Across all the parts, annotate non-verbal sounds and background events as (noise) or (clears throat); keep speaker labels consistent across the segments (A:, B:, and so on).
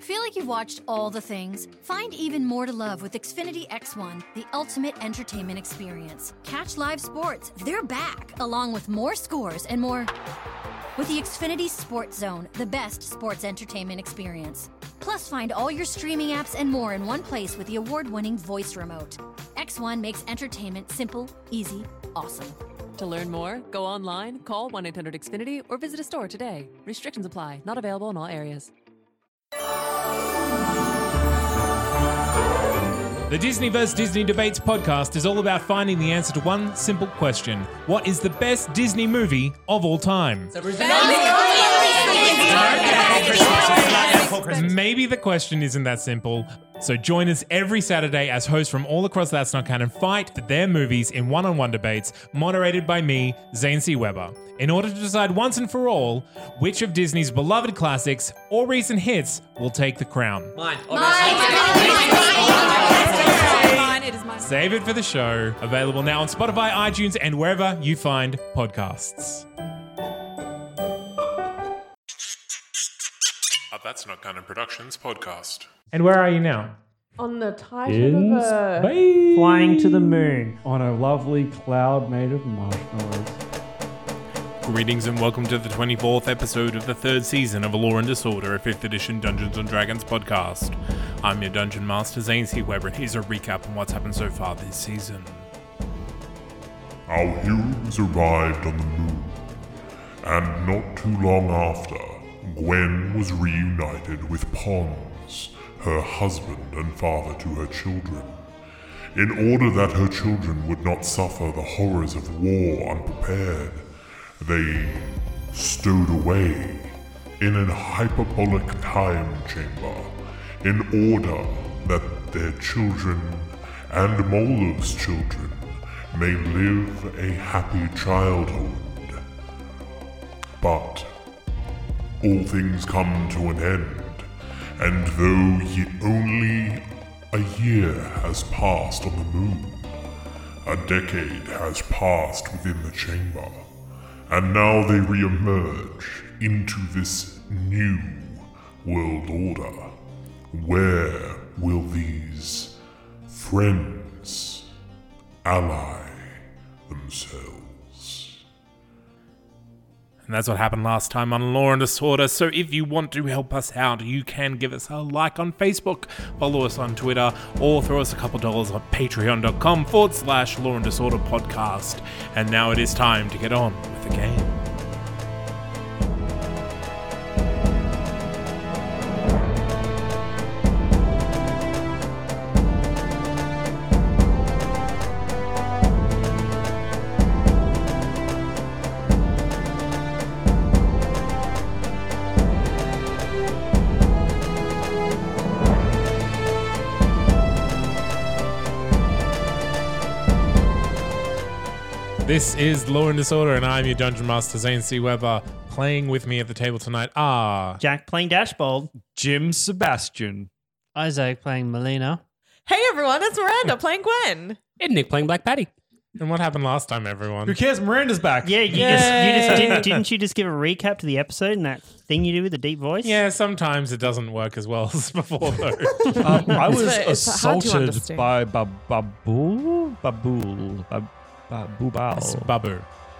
A: Feel like you've watched all the things? Find even more to love with Xfinity X1, the ultimate entertainment experience. Catch live sports, they're back, along with more scores and more. With the Xfinity Sports Zone, the best sports entertainment experience. Plus, find all your streaming apps and more in one place with the award winning voice remote. X1 makes entertainment simple, easy, awesome.
B: To learn more, go online, call 1 800 Xfinity, or visit a store today. Restrictions apply, not available in all areas.
C: The Disney vs. Disney Debates podcast is all about finding the answer to one simple question What is the best Disney movie of all time? Maybe the question isn't that simple. So join us every Saturday as hosts from all across That's Not Canon fight for their movies in one-on-one debates moderated by me, Zane C. Weber, in order to decide once and for all which of Disney's beloved classics or recent hits will take the crown.
D: Mine.
C: Save it for the show, available now on Spotify, iTunes, and wherever you find podcasts.
E: A Uh, That's Not Canon Productions podcast.
C: And where are you now?
F: On the title of a
G: Flying to the moon on a lovely cloud made of marshmallows.
E: Greetings and welcome to the 24th episode of the third season of Law and Disorder, a 5th edition Dungeons and Dragons podcast. I'm your Dungeon Master, Zane C. Weber, and here's a recap on what's happened so far this season.
H: Our heroes arrived on the moon, and not too long after, Gwen was reunited with Pons, her husband and father to her children. In order that her children would not suffer the horrors of war unprepared, they stowed away in an hyperbolic time chamber in order that their children and Molo's children may live a happy childhood. But all things come to an end, and though ye only a year has passed on the moon, a decade has passed within the chamber, and now they re-emerge into this new world order. Where will these friends ally themselves?
E: And that's what happened last time on Law and Disorder. So if you want to help us out, you can give us a like on Facebook, follow us on Twitter, or throw us a couple dollars on patreon.com forward slash Law and Disorder podcast. And now it is time to get on with the game.
C: This is Law and Disorder, and I'm your Dungeon Master, Zane C. Weber. Playing with me at the table tonight are
I: Jack playing Dashbold.
G: Jim Sebastian.
I: Isaac playing Melina.
J: Hey everyone, it's Miranda playing Gwen.
D: And Nick playing Black Patty.
C: And what happened last time, everyone?
I: Um,
G: Who cares? Miranda's back.
I: Yeah, you just, you just didn't, didn't you just give a recap to the episode and that thing you do with the deep voice?
C: Yeah, sometimes it doesn't work as well (laughs) as before, though. (laughs)
G: Um, I was
J: It's- it's hard to
G: assaulted
J: understand.
G: by Bab- Babul. Babul. Bab- Bab-
C: It's
G: Bubal.
C: Babu.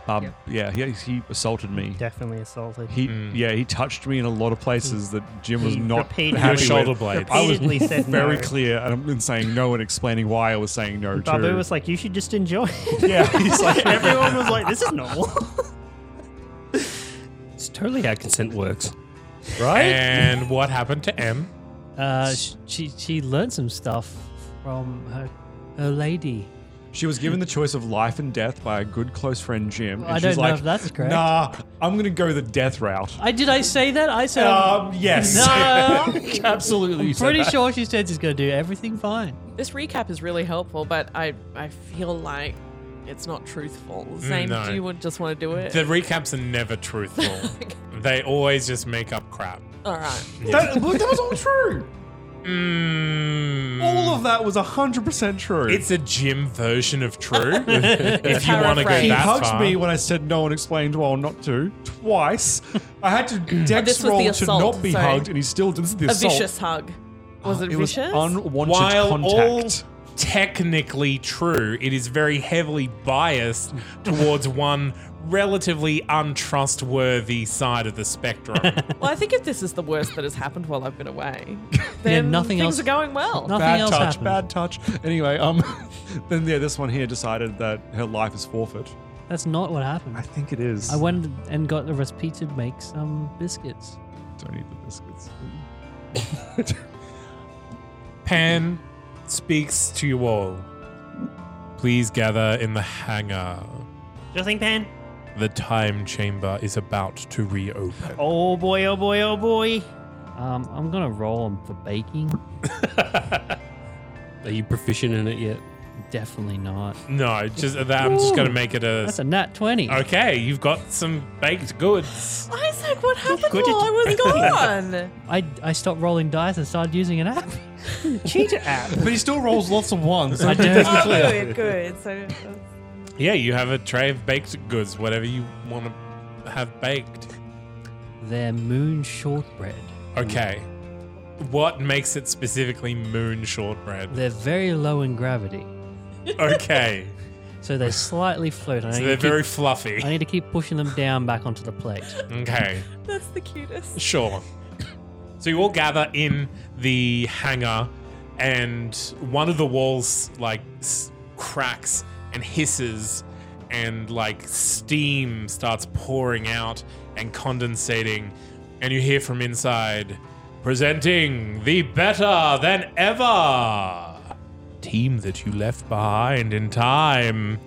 G: Bab- yeah, he, he assaulted me.
I: Definitely assaulted.
G: He,
C: Mm.
G: yeah, he touched me in a lot of places that Jim was
I: He
G: not
I: repeatedly-
G: happy with.
C: Your shoulder blades.
G: I was
I: Repeatedly said
G: very
I: no.
G: clear and in saying no and explaining why I was saying no.
I: Babu
G: too.
I: was like, "You should just enjoy." it."
G: yeah,
I: (laughs)
G: he's like,
I: Everyone was like, "This is normal." (laughs)
D: It's totally how consent works.
G: right?
C: And what happened to M?
K: Uh, sh- she she learned some stuff from her her lady.
G: She was given the choice of life and death by a good close friend, Jim.
K: Well,
G: and
K: I
G: she's
K: don't know
G: like,
K: if that's correct.
G: Nah, I'm going to go the death route.
K: I did I say that? I said
G: Um,
K: (laughs)
G: yes.
K: no.
G: (laughs) Absolutely. you said
K: Pretty
G: that.
K: sure she said she's gonna do everything fine.
J: This recap is really helpful, but I I feel like it's not truthful.
G: Mm,
J: Same,
C: Mm, no.
J: you would just want to do it.
C: The recaps are never
J: (laughs)
C: truthful. they always just make up crap.
J: All right.
G: That, look, that was all true. All of that was 100% true.
C: Mm,
G: (laughs)
C: It's a gym version of true.
J: (laughs)
C: if you want to go that
G: He hugged
C: far.
G: me when I said no and explained well not (laughs) to twice. I had
J: (clears throat)
G: to
J: Oh, this was
G: dex
J: the
G: roll to
J: assault,
G: not be
J: sorry.
G: hugged, and he still did this is the
J: a
G: assault. Oh,
J: vicious hug. Was it,
G: it was
J: vicious?
G: unwanted
C: While
G: contact.
C: all (laughs) technically true, it is very heavily biased towards one relatively untrustworthy side of the spectrum.
J: well, I think if this is the worst that has happened while I've
G: (laughs)
J: been away, then
G: nothing
J: things
G: else-
J: are going well.
G: bad touch, bad touch. Anyway, um, (laughs) then yeah, this one here decided that her life is forfeit.
K: That's not what happened. I
G: think it is.
K: I went and got a recipe to make some biscuits.
G: Don't eat the biscuits.
K: (laughs)
C: Pan speaks to you all. Please gather in the hangar.
I: Nothing, Pan.
C: The time chamber is about to reopen.
I: Oh boy, oh boy, oh boy.
K: Um, I'm gonna roll them
C: (laughs)
K: for baking.
D: Are you proficient in it yet?
K: Definitely not.
C: No, just that. I'm just gonna make it a.
K: That's a nat twenty.
C: Okay, you've got some baked goods.
J: Isaac, what happened
K: Good
J: while I
I: (laughs)
J: was (laughs) gone?
K: I, I stopped rolling dice and started using
I: (laughs)
K: an app.
I: Cheetah app.
G: But he still rolls lots of ones.
K: I do.
C: (laughs)
J: oh, good, good. So
C: Yeah, you have a tray of baked goods, whatever you want to have baked.
K: (laughs) They're moon shortbread.
C: Okay. What makes it specifically moon shortbread?
K: They're very low in gravity,
J: (laughs)
C: Okay.
K: so they slightly float. I
C: So
K: need to
C: they're
K: keep-
C: very fluffy.
K: I need to keep pushing them down back onto the plate.
C: Okay.
J: (laughs) that's the cutest.
C: Sure. So you all gather in the hangar, and one of the walls like s- cracks and hisses, and like steam starts pouring out and condensating, and you hear from inside, presenting the better than ever team that you left behind in time.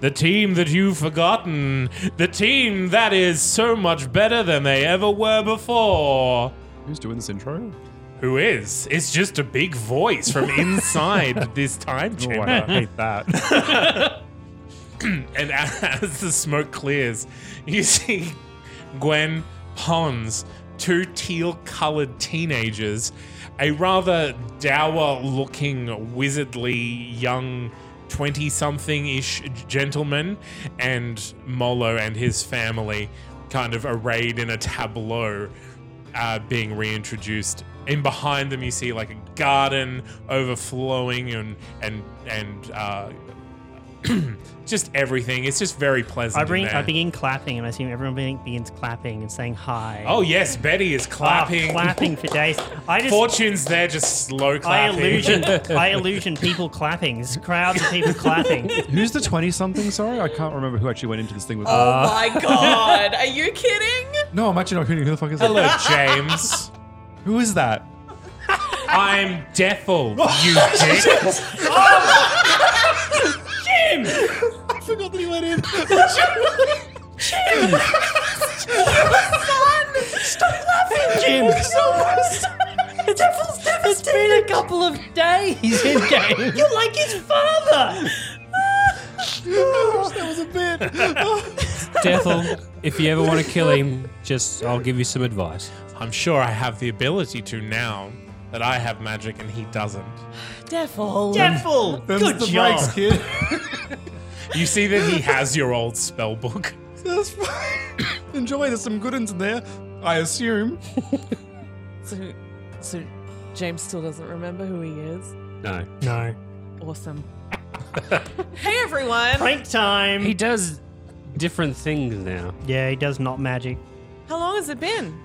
C: The team that you've forgotten. The team that is so much better than they ever were before.
G: Who's doing this intro?
C: Who is? It's just a big voice
G: (laughs)
C: from inside this time
G: Oh,
C: chamber.
G: I hate that.
C: and a- (laughs) as the smoke clears, you see Gwen Pons, two teal colored teenagers, a rather dour looking, wizardly young 20 something ish gentleman, and Molo and his family kind of arrayed in a tableau uh, being reintroduced. And behind them, you see like a garden overflowing and and and uh, (clears throat) just everything. It's just very pleasant.
I: I
C: in
I: bring.
C: there.
I: I begin clapping, and I assume everyone be- begins clapping and saying hi.
C: Oh yes, Betty is clapping.
I: Oh, clapping for
G: (laughs)
I: days. I just.
C: Fortune's there, just slow
I: I
C: clapping. (laughs)
I: illusion. I illusion people clapping. There's crowds of people (laughs) clapping.
G: Who's the 20 something? Sorry, I can't remember who actually went into this thing with
I: Oh
J: My
G: Uh,
J: God, are you kidding?
G: (laughs) No, I'm actually not kidding. Who the fuck is
C: Hello,
G: that?
C: James.
G: (laughs) Who is that?
I: (laughs)
C: I'm
G: (laughs)
C: Deffel,
I: Oh,
C: you dick. Jim!
G: I forgot that he went in.
J: Stop laughing,
K: Jim. (laughs)
J: It's It's been a couple
K: of days in game.
I: You're like his
K: (laughs)
I: father.
G: that was a
K: (laughs)
G: bit.
D: Dethel, (laughs) if you ever want to kill him, just I'll give you some advice.
C: I'm sure I have the ability to now that I have magic and he doesn't.
J: Devil.
I: Devil.
G: Them's
I: Good
G: the
I: job.
G: breaks, kid.
C: (laughs) You see that he has your old spell book.
G: That's fine.
I: (coughs)
G: Enjoy. There's some good ones (laughs) in there. I assume.
J: So, so James still doesn't remember who he is.
D: No.
I: No.
J: Awesome.
I: (laughs)
J: hey everyone.
I: Prank time.
D: He does different things now.
I: Yeah, he does not magic.
J: How long has it been?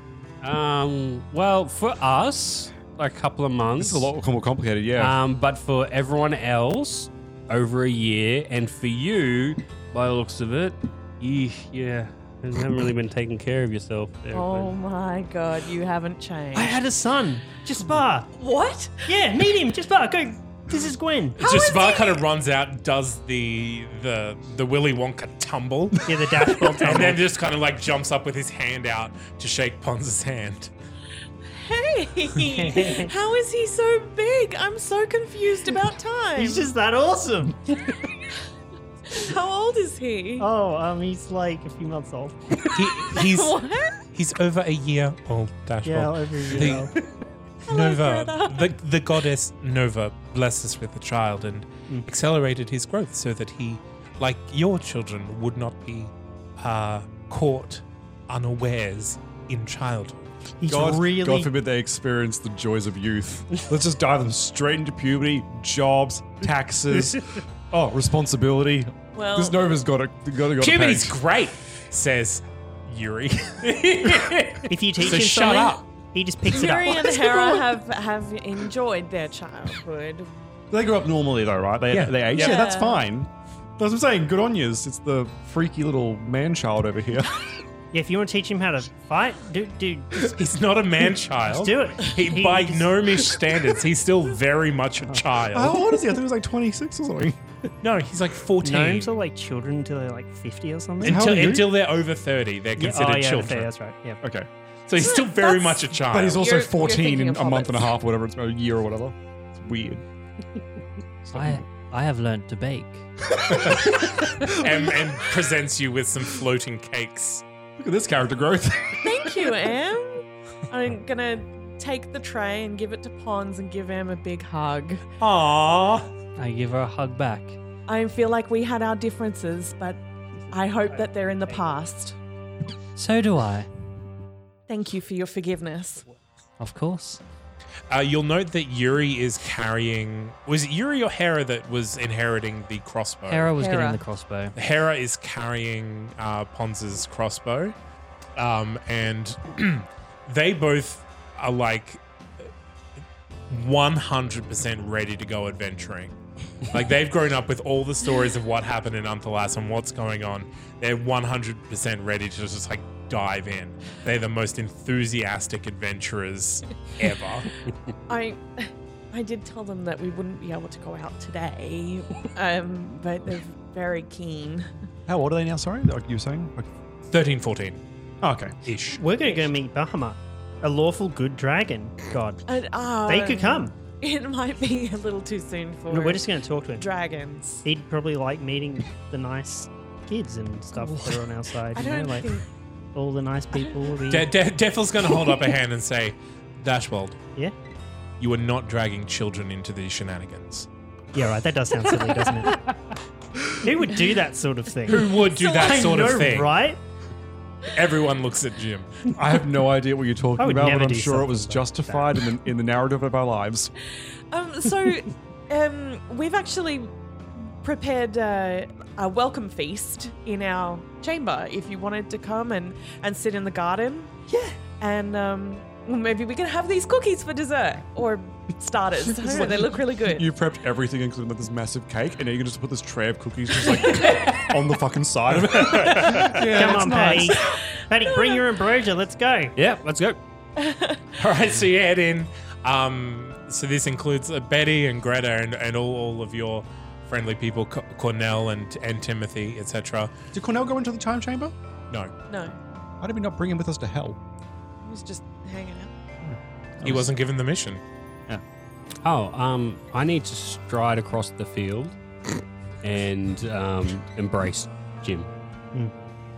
D: Um, well, for us, a couple of months.
G: This is a lot more complicated. Yeah.
D: Um, but for everyone else, over a year, and for you, by the looks of it, you, yeah, you haven't really been taking care of yourself. There,
J: Oh my god, you haven't changed.
I: I had a son. Just bar.
J: What?
I: Yeah, meet him. Just bar. Go. This is Gwen.
J: Oh,
C: just Svar kind of runs out, does the the the Willy Wonka tumble,
I: (laughs) Yeah, the dashboard
C: (laughs) and then
I: tumble.
C: just kind of like jumps up with his hand out to shake Pons's hand.
I: (laughs)
J: Hey, how is he so big? I'm so confused about time.
I: He's just that awesome.
J: How old
I: (laughs)
J: is he?
I: Oh, um, he's like a few months old.
C: He,
I: (laughs)
C: he's
J: what?
C: he's over a year old. Dashboard.
I: Yeah, over a year
C: The-
I: old.
C: Nova, the, the goddess Nova, blessed us with a child and
I: Mm.
C: accelerated his growth so that he, like your children, would not be uh, caught unawares in childhood.
G: God, God forbid they experience the joys of youth. (laughs) Let's just dive them straight into puberty, jobs,
C: (laughs)
G: taxes, oh, responsibility.
J: Well-
G: this Nova's got a got a got
C: Puberty's
G: a page.
C: great, says Yuri.
I: if you teach
C: So
I: him
C: shut
I: something,
C: up.
I: he just picks it up.
J: Yuri and Hera have, have enjoyed their childhood.
G: (laughs) They grew up normally though, right? They
J: Yeah.
G: they age.
J: Yeah.
G: Yeah. that's
J: Yeah.
G: fine. That's what I'm saying. Good on yous. It's the freaky little man child over here.
I: Yeah, if you want to teach him how to fight, dude, dude,
C: He's not a (laughs) man
I: Just
C: child.
I: do it.
C: He,
I: He
C: by
I: just-
C: gnomish standards, he's still very much a
G: How
C: child.
G: old is he? I think he was like 26 or something.
C: No, he's like 14.
I: gnomes are like children until they're like fifty or something.
C: Until, until they're over 30, they're
I: Yeah, oh,
C: considered
I: yeah, they're
C: children.
I: That's right. Yeah.
G: Okay.
C: So he's still very much a child.
G: But he's also
C: You're- you're
G: 14
C: thinking
G: in
C: of
G: a month and a
C: hobbits.
G: half, whatever it's a year or whatever. It's
C: (laughs)
G: weird.
K: I, I have learned to bake.
C: and, and presents you with some floating cakes.
G: Look at this character growth. (laughs)
I: (laughs)
J: Thank you, Em. I'm gonna take the tray and give it to Pons and give Em a big hug.
K: Aww. I give her a hug back.
J: I feel like we had our differences, but I hope that they're in the past.
K: So do I.
J: Thank you for your forgiveness.
K: Of course.
C: Uh, you'll note that Yuri is carrying. Was it Yuri or Hera that was inheriting the crossbow?
K: Hera was getting the crossbow.
C: Hera is carrying uh, Ponza's crossbow, um, and (clears throat) they both are like 100% ready to go adventuring. like they've grown up with all the stories of what happened in Unthalas and what's going on. They're 100% ready to just like dive in. They're the most enthusiastic adventurers ever.
J: I (laughs) I did tell them that we wouldn't be able to go
I: (laughs)
J: out today, um, but they're very keen.
G: How old are they now? Sorry, like you were saying. Like,
C: 13, 14.
G: oh, okay.
C: Ish.
I: We're gonna go meet Bahama, a lawful good dragon god.
J: And, uh,
I: They could come.
J: It might be a little too soon for.
I: No, we're just gonna talk to him.
J: Dragons.
I: He'd probably like meeting the nice kids and stuff that are on our side.
J: I
I: you know,
J: don't
I: like
J: think-
I: all the nice people. The...
C: De- De- Devil's going to hold up a hand and say, Dashbold.
I: Yeah?
C: You are not dragging children into these shenanigans.
I: Yeah, right. That does sound silly, doesn't it? Who would do that sort of thing?
C: Who would do that
I: I
C: sort of
I: know,
C: thing?
I: Right?
C: Everyone looks at Jim.
G: I have no idea what you're
I: I
G: talking
I: would
G: about, but
I: never
G: I'm
I: do
G: sure it was
I: something like that.
G: justified in the, in the narrative of our
J: (laughs)
G: lives.
J: Um,
I: (laughs)
J: so, um, we've actually prepared uh, a welcome feast in our chamber. If you wanted to come and and sit in the garden, yeah, and um, maybe we can have these cookies for dessert or
I: (laughs)
J: starters. I don't know, they look really good.
G: You prepped everything, including like this massive cake, and now you can just put this tray of cookies just like (laughs) on the fucking side of
I: (laughs)
G: it. yeah,
I: Come
G: it's
I: on,
G: nice.
I: Patty. Patty, bring your ambrosia. Let's go.
D: Yeah, let's go.
C: All right, so you head in. Um, so this includes uh, Betty and Greta and, and all, all of your friendly people, Co- Cornell and, and Timothy, etc.
G: Did Cornell go into the time chamber?
C: No,
J: No,
G: Why did we not bring him with us to hell?
J: I was just hanging out.
C: he wasn't given the mission.
D: Oh, um, I need to stride across the field and um, embrace Jim.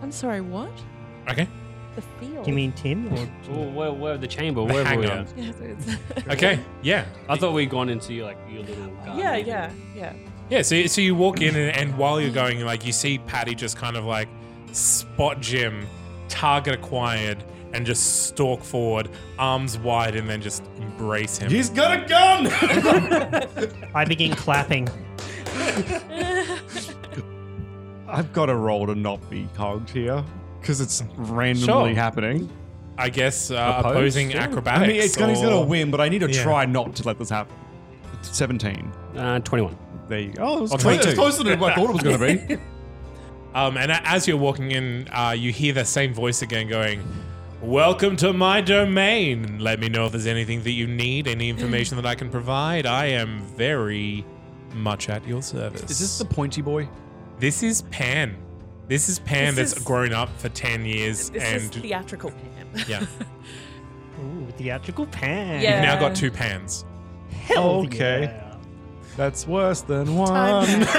J: I'm sorry, what?
K: (laughs)
C: Okay.
J: The field.
I: Do you mean
J: (laughs)
I: Tim? Or...
D: Or where, where the chamber?
C: The
D: Where were we
C: hangar.
D: at?
J: Yeah, so it's-
C: Okay, yeah.
D: I thought we'd gone into your, like your little garden.
J: yeah,
D: area.
J: yeah, yeah.
C: Yeah, so, so you walk in, and, and while you're going, like you see Patty just kind of like spot Jim, target acquired, and just stalk forward, arms wide, and then just embrace him.
G: He's got a gun!
I: I begin clapping.
G: (laughs) I've got a roll to not be cogged here because it's randomly
C: Sure.
G: happening.
C: I guess uh,
D: Oppose?
C: opposing
D: Yeah.
C: acrobatics.
G: I mean, it's gonna, he's
C: or-
G: gonna win, but I need to
C: Yeah.
G: try not to let this happen. It's 17.
D: Uh, Twenty-one.
G: There you go. Oh, it was
C: Or
G: close, it's
C: 22.
G: closer than what I thought it was gonna be.
C: (laughs) Um, and a- as you're walking in, uh, you hear that same voice again going, Welcome to my domain. Let me know if there's anything that you need, any information that I can provide. I am very much at your service.
G: Is this the pointy boy?
C: This is Pan. This is Pan
J: This
C: that's
J: is-
C: grown up for 10 years
J: This is
C: and
J: theatrical Pam.
C: yeah.
I: Ooh, theatrical pan.
J: Yeah.
C: You've now got two Pans.
I: Hell
G: Okay.
I: yeah. (laughs)
G: That's worse than one.
J: (laughs)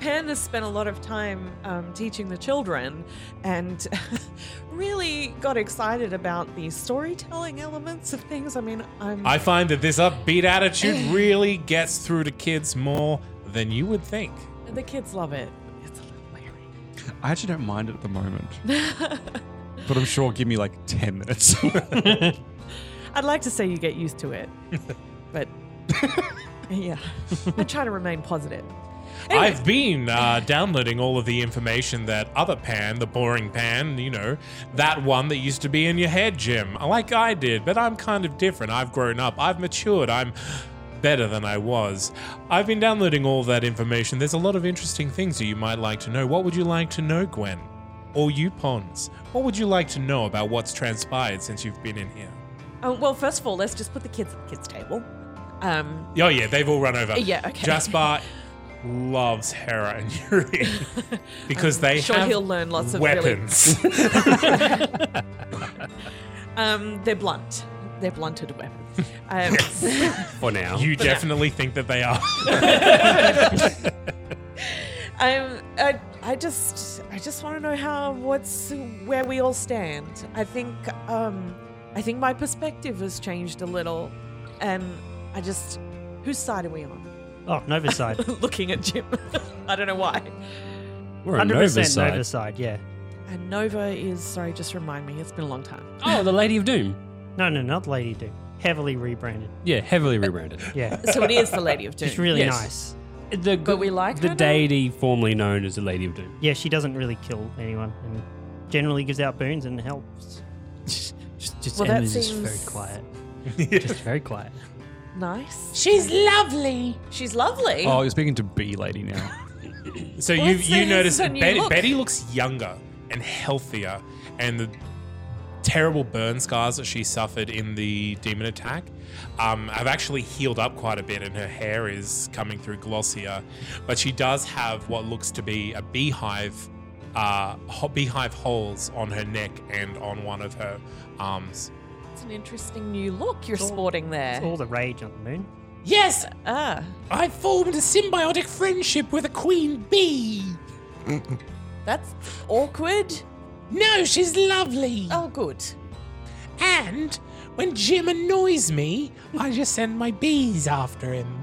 J: Pan has spent a lot of time um, teaching the children and (laughs) really got excited about the storytelling elements of things. I mean, I'm.
C: I find that this upbeat attitude
J: (sighs)
C: really gets through to kids more than you would think.
J: the kids love it. (laughs)
G: I actually don't mind it at the moment. but I'm sure give me like 10 minutes.
J: I'd like to say you get used
C: (laughs)
J: to it, but (laughs) yeah, I try to remain positive.
C: I've been uh, downloading all of the information that other pan, the boring pan, you know, that one that used to be in your head, Jim, like I did, but I'm kind of different. I've grown up, I've matured, I'm better than I was. I've been downloading all that information. There's a lot of interesting things that you might like to know. What would you like to know, Gwen? Or you, Pons? What would you like to know about what's transpired since you've been in here?
J: Oh, well, first of all, let's just put the kids at the kids' table. Um,
C: Oh, yeah, they've all run over.
J: Yeah, okay.
C: Jasper loves Hera and Yuri
J: (laughs)
C: because they
J: Um, sure
C: have
J: he'll learn lots of really-
C: weapons.
J: (laughs) um, they're blunt. They're blunted weapons. Um, (laughs)
C: For now. You
J: For now.
C: definitely think that they
J: (laughs)
C: are.
J: I'm, Um, I, I just, I just want to know how, what's, where we all stand. I think, um, I think my perspective has changed a little, and I just, whose side are we on?
L: Oh, Nova side.
J: (laughs) Looking at Jim, I don't know why.
I: (laughs) We're on 100% Nova side. Nova side, yeah.
J: And Nova is sorry, just remind me. It's been a long time.
I: Oh, the Lady of Doom. No, no, not Lady Doom. Heavily rebranded.
D: Yeah, heavily rebranded.
I: Yeah.
J: (laughs) So it is the
I: (laughs)
J: Lady of Doom.
I: It's really
J: Yes.
I: nice. The,
J: But we like
D: The
J: her now?
D: deity formerly known as the Lady of Doom.
I: Yeah, she doesn't really kill anyone and generally gives out boons and helps. (laughs) just
J: Well, that Emily's just very seems-
I: quiet. Just (laughs) very quiet.
J: Nice. She's lovely. She's lovely.
G: oh, you're speaking to B lady now.
C: so
J: Well,
C: you
J: it's
C: you
J: a-
C: notice
J: it's a
C: that
J: new
C: Betty,
J: look.
C: Betty looks younger and healthier, and the terrible burn scars that she suffered in the demon attack um, have actually healed up quite a bit, and her hair is coming through glossier. But she does have what looks to be a beehive. Uh, ho- beehive holes on her neck and on one of her arms.
J: It's an interesting new look you're
I: It's all-
J: sporting there.
I: It's all the rage on the moon.
C: Yes!
J: Ah.
C: I formed a symbiotic friendship with a queen bee.
J: That's awkward.
C: No, she's lovely.
J: Oh, good.
C: And when Jim annoys me, I just send my bees after
J: (laughs)
C: him.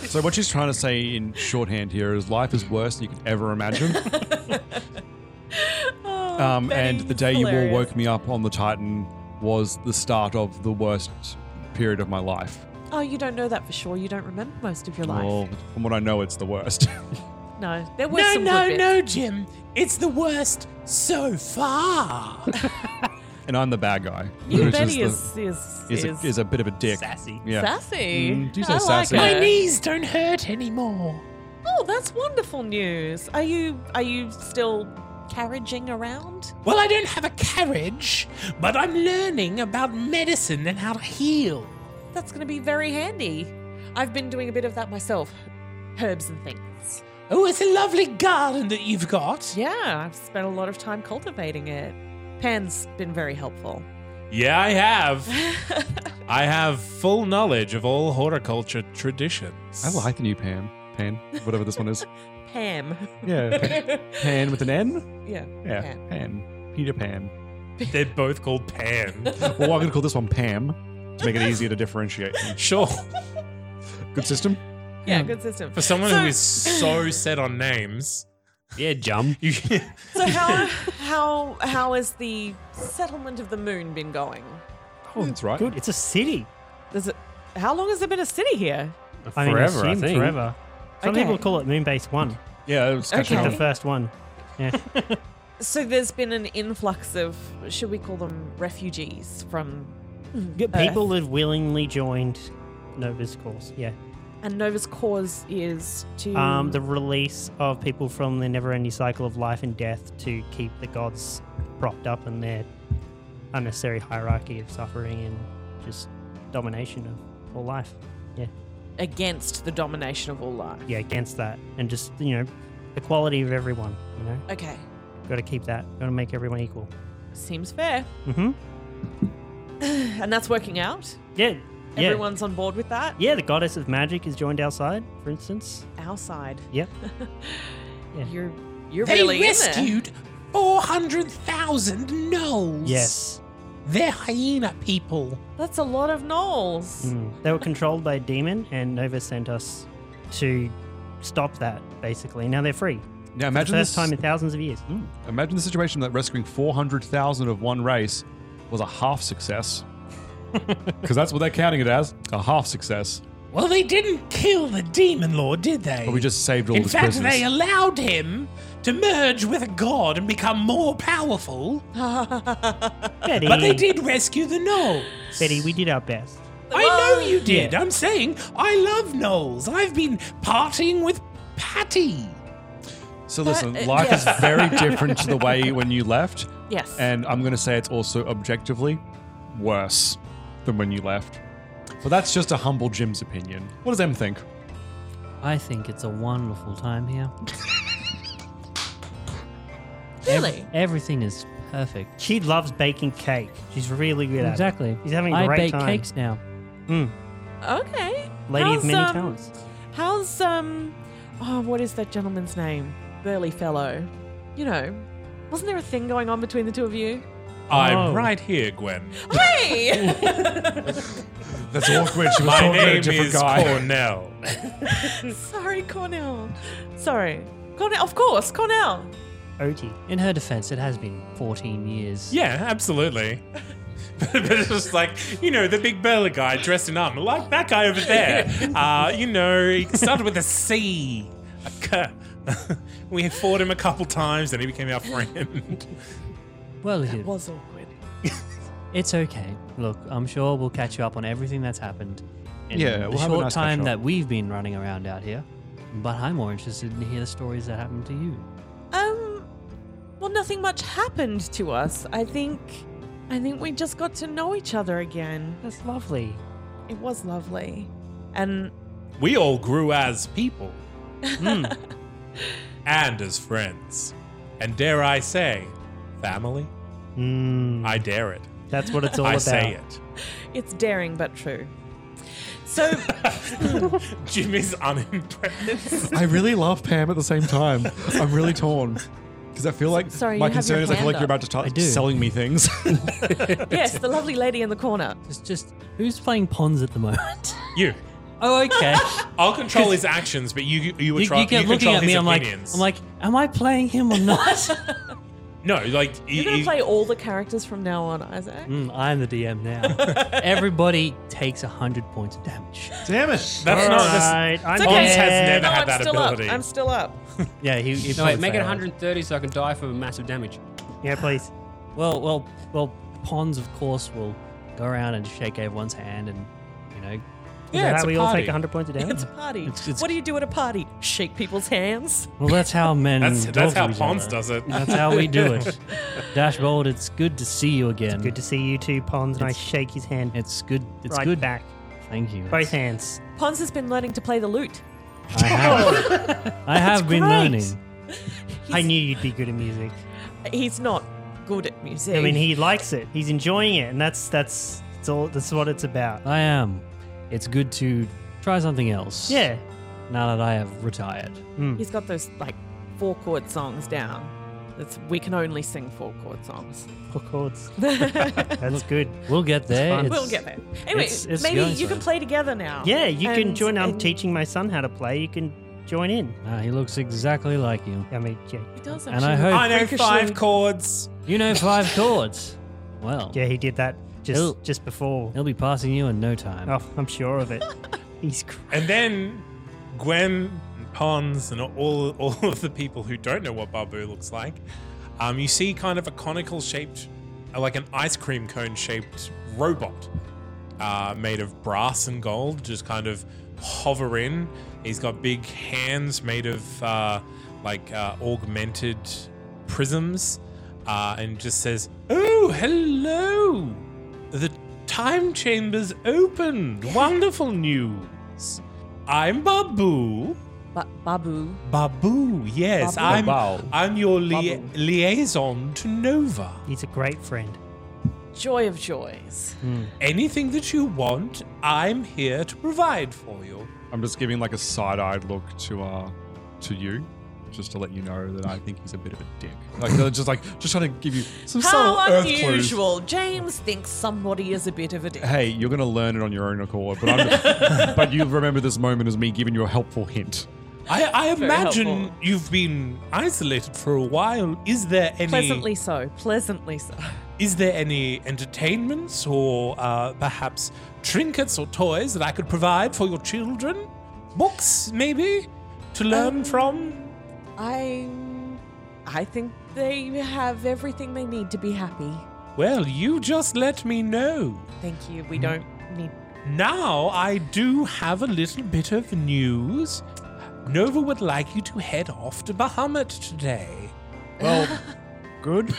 G: so, what she's trying to say in shorthand here is life is worse than you could ever imagine.
J: (laughs)
G: um, and the day you
J: Oh, hilarious.
G: all woke me up on the Titan was the start of the worst period of my life.
J: Oh, you don't know that for sure. You don't remember most of your life.
G: Well, from what I know, it's the worst. (laughs)
J: No, there was
C: No,
J: some
C: no,
J: good
C: no,
J: bits.
C: Jim. It's the worst so far.
G: and I'm the bad guy.
J: You
G: which
J: bet he
G: the-
J: is- is-
G: is,
J: is
G: a, is a bit of a dick.
J: sassy.
G: Yeah.
J: Sassy?
G: Mm, do you
J: I
G: say
J: like
G: sassy?
J: it.
C: my knees don't hurt anymore.
J: Oh, that's wonderful news. Are you are you still carriaging around?
C: Well, I don't have a carriage, but I'm learning about medicine and how to heal.
J: That's going to be very handy. I've been doing a bit of that myself, herbs and things.
C: Oh, it's a lovely garden that you've got.
J: Yeah, I've spent a lot of time cultivating it. Pan's been very helpful.
C: Yeah,
M: (laughs)
C: I have. I have full knowledge of all horticulture traditions.
G: I like the new Pam. Pan, whatever this
M: (laughs)
G: one is.
J: Pam. (laughs)
G: Yeah. Pan, Pan with an N?
J: yeah.
G: Yeah.
J: Pan.
G: Pan. Peter Pan.
C: They're both called Pan.
G: Well, I'm going to call this one Pam to make it easier to differentiate. them.
C: Sure.
G: Good system.
J: Yeah, good system.
C: For someone
J: So-
C: who is so set on names.
D: Yeah,
C: (laughs)
D: Jum.
J: So how how how has the settlement of the moon been going?
G: Oh, that's right.
I: Good. It's a city.
J: Does it? How long has there been a city here?
I: I mean,
D: Forever, I
I: assume
D: think.
I: Forever. Some
J: Okay.
I: people call it Moonbase 1.
G: Yeah, it's
I: It's
G: catching
I: like
G: up.
I: the first one.
J: (laughs)
I: Yeah.
J: So there's been an influx of should we call them refugees from
I: Good
J: Earth.
I: People have willingly joined Nova's cause. Yeah.
J: and Nova's cause is to
I: Um, the release of people from the never-ending cycle of life and death to keep the gods propped up in their unnecessary hierarchy of suffering and just domination of all life. Yeah,
J: against the domination of all life.
I: yeah, against that, and just you know, equality of everyone. You know,
J: Okay,
I: got to keep that. Got to make everyone equal.
J: seems fair, (sighs)
I: Mm-hmm.
J: and that's working out.
I: Yeah, Yeah.
J: Everyone's on board with that?
I: Yeah, the goddess of magic is joined outside, for instance.
J: Our side. (laughs)
I: Yep.
J: You're you're
M: they
J: really in there.
M: rescued 400,000 gnolls.
I: Yes.
M: They're hyena people.
J: That's a lot of gnolls.
I: Mm. They were controlled by a demon, and Nova sent us to stop that, basically. Now they're free.
G: Now
I: For
G: imagine
I: the first
G: this-
I: time in thousands of years.
M: Hmm.
I: Mm.
G: Imagine the situation that rescuing 400,000 of one race was a half
C: (laughs)
G: success. Because that's what they're counting it as a half success.
M: Well, they didn't kill the demon lord, did they?
G: But we just saved all
M: In
G: the
M: fact,
G: prisoners.
M: they allowed him to merge with a god and become more
I: (laughs)
M: powerful. But they did rescue the gnolls.
I: Betty, we did our best. Uh,
M: I know you did.
I: Yeah.
M: I'm saying I love gnolls. I've been partying with Patty.
G: So listen,
J: uh,
M: That-
G: life
M: yes.
G: is
J: (laughs)
G: very different to the way when you left.
M: Yes.
G: And I'm going to say it's also objectively worse than when you left. But that's just a humble Jim's opinion. What does Em
J: (laughs)
G: think?
K: I think it's a wonderful
G: (laughs)
K: time here.
I: Ev-
K: everything is perfect.
I: She loves baking cake. She's really good at it.
K: Exactly.
I: She's having a
K: I
I: great
K: bake
I: time.
K: cakes now.
I: Mm.
J: Okay.
I: Lady of
J: How's,
I: many
J: um,
I: talents.
J: How's um oh what is that gentleman's name? Burly fellow. You know. Wasn't there a thing going on between the two
I: (laughs)
J: of you?
C: I'm
J: Oh.
C: right
M: (laughs)
C: here, Gwen.
J: Hey!
I: (laughs)
G: That's awkward. She was
C: My
G: talking to a
C: name
G: different
C: is
G: guy.
C: Cornell.
J: (laughs) Sorry, Cornell. Sorry. Cornell of course, Cornell.
K: Oti. In her defense, it has been 14 years.
C: Yeah, absolutely. (laughs) but it's just like, you know, the big burly guy dressing up, like that guy
I: (laughs)
C: over there. Uh, you know, he started with a C. A K. (laughs) we fought him a couple times, then he became our friend. (laughs)
K: Well,
J: That
K: it
J: was
D: (laughs)
J: awkward.
K: It's okay. Look, I'm sure we'll catch you up on everything that's happened in
G: Yeah,
K: the
G: we'll have a
K: short
G: nice catch
K: time
G: up.
K: that we've been running around out here. But I'm more interested in hear the stories that happened to you.
J: Um well nothing much happened to us. I think I think we just got to know each other again.
K: That's lovely.
J: It was lovely. And
C: We all grew as people. Hmm.
I: (laughs)
C: and as friends. And dare I say, family? I dare it.
I: Hmm. That's what it's all
C: (laughs) I
I: about.
C: say it.
J: it's daring but true. So
C: (laughs) Jimmy's unimpressed.
G: I really love Pam at the same time. I'm really torn. Because I feel like
J: Sorry,
G: my
J: you have
G: concern
J: your
G: is I feel
J: hand
G: like you're about
J: up.
G: to
J: I
G: start
J: do.
G: selling me things.
J: (laughs)
G: (laughs)
J: yes, the lovely lady in the corner.
K: It's just who's playing pawns at the moment? (laughs)
J: (laughs)
C: You.
K: Oh, okay.
C: I'll
K: (laughs)
C: control his actions, but you you were
K: you,
C: trying
K: you kept looking
C: control
K: at me.
C: his
K: I'm like,
C: opinions.
K: I'm like, am I playing him
G: (laughs)
K: or not?
C: no, like
J: You're
C: you-
J: gonna
C: you-
J: play all the characters from now on, Isaac.
K: Mm, I'm the DM
G: (laughs)
K: now. Everybody takes hundred points of damage.
G: Damn it!
K: That's not- that's-
J: It's
K: Hans has
J: No,
K: never had
J: I'm
K: that
J: still
K: ability.
J: Up. I'm still up.
K: Yeah, he. he
D: no, wait,
K: probably
D: make it
K: failed.
D: 130 so I can die for massive damage.
K: Yeah, please. Well, well, well. Pawns, of course, will go around and shake everyone's hand, and you know.
J: Yeah, it's
K: how
J: a
K: we all
J: party.
K: take 100 points of
J: (laughs)
K: damage.
J: It's a party.
K: It's- it's- (laughs)
J: what do you do at a party? Shake people's hands.
K: Well, that's how men.
C: That's-
K: talk
C: that's
K: to
C: how
K: each
C: Pons
K: other.
C: does it.
K: That's how we do
C: (laughs)
K: it. Dashbold, it's good to see you again.
I: Good to see you too, Pons, and I
K: It's-
I: shake his hand.
K: It's good. It's
I: right
K: good.
I: back.
K: Thank you.
I: Both hands.
J: Pons has been learning to play the lute.
K: I
J: (laughs)
C: Oh.
K: have. I
J: That's
K: have been
J: great.
K: learning.
I: I knew you'd be good at music.
J: He's not good at music.
I: I mean, he likes it. He's enjoying it, and that's that's it's all. That's what it's about.
K: I am. It's good to try something else.
I: Yeah. Mm.
K: Now that I have retired.
J: He's got those like four chord songs down. It's, we can only sing four chord songs.
I: Four chords. that's good.
K: We'll get (laughs) there.
I: It's-
J: we'll get there. Anyway,
I: it's- it's
J: maybe
I: going
J: you can
I: so.
J: play together now.
I: Yeah, you can
J: And-
I: join. I'm
J: and-
I: teaching my son how to play. You can join in.
K: Ah, he looks exactly like you.
I: I mean, yeah.
J: He does
K: And I
J: actually
K: hope
C: I know
J: freakishly-
C: five chords.
K: You know five chords. Well,
I: Yeah, he did that just
K: He'll-
I: just before.
K: he'll be passing you in no time.
I: Oh, I'm sure
J: (laughs)
I: of it. He's cr-
C: And then Gwen, and Pons, and all all of the people who don't know what Babu looks like, um, you see kind of a conical shaped, uh, like an ice cream cone shaped robot, uh, made of brass and gold, just kind of hover in. He's got big hands made of uh, like uh, augmented prisms, uh, and just says, "Oh, hello! The time chamber's opened. Wonderful news. I'm Babu."
J: Ba- Babu.
C: Babu, yes,
J: Babu.
C: I'm.
J: Babau.
C: I'm your lia- liaison to Nova.
I: He's a great friend.
J: joy of joys.
C: Anything that you want, I'm here to provide for you.
G: I'm just giving like a side-eyed look to uh to you, just to let you know that I think he's a bit of a dick. Like they're just like just trying to give you some subtle
J: How
G: earth clues.
J: unusual. James thinks somebody is a bit of a dick.
G: Hey, you're gonna learn it on your own accord, but
C: (laughs)
G: I'm, but you'll remember this moment as me giving you a helpful hint.
C: I, I
J: Very
C: imagine
J: helpful.
C: you've been isolated for a while. Is there any
J: Pleasantly so. Pleasantly so.
C: Is there any entertainments or uh, perhaps trinkets or toys that I could provide for your children? Books, maybe, to learn from?
J: Um, I I think they have everything they need to be happy.
C: Well, you just let me know. Hmm.
J: Thank you. We don't need
C: Now I do have a little bit of news. Nova would like you to head off to Bahamut today.
J: (laughs)
G: Well, good.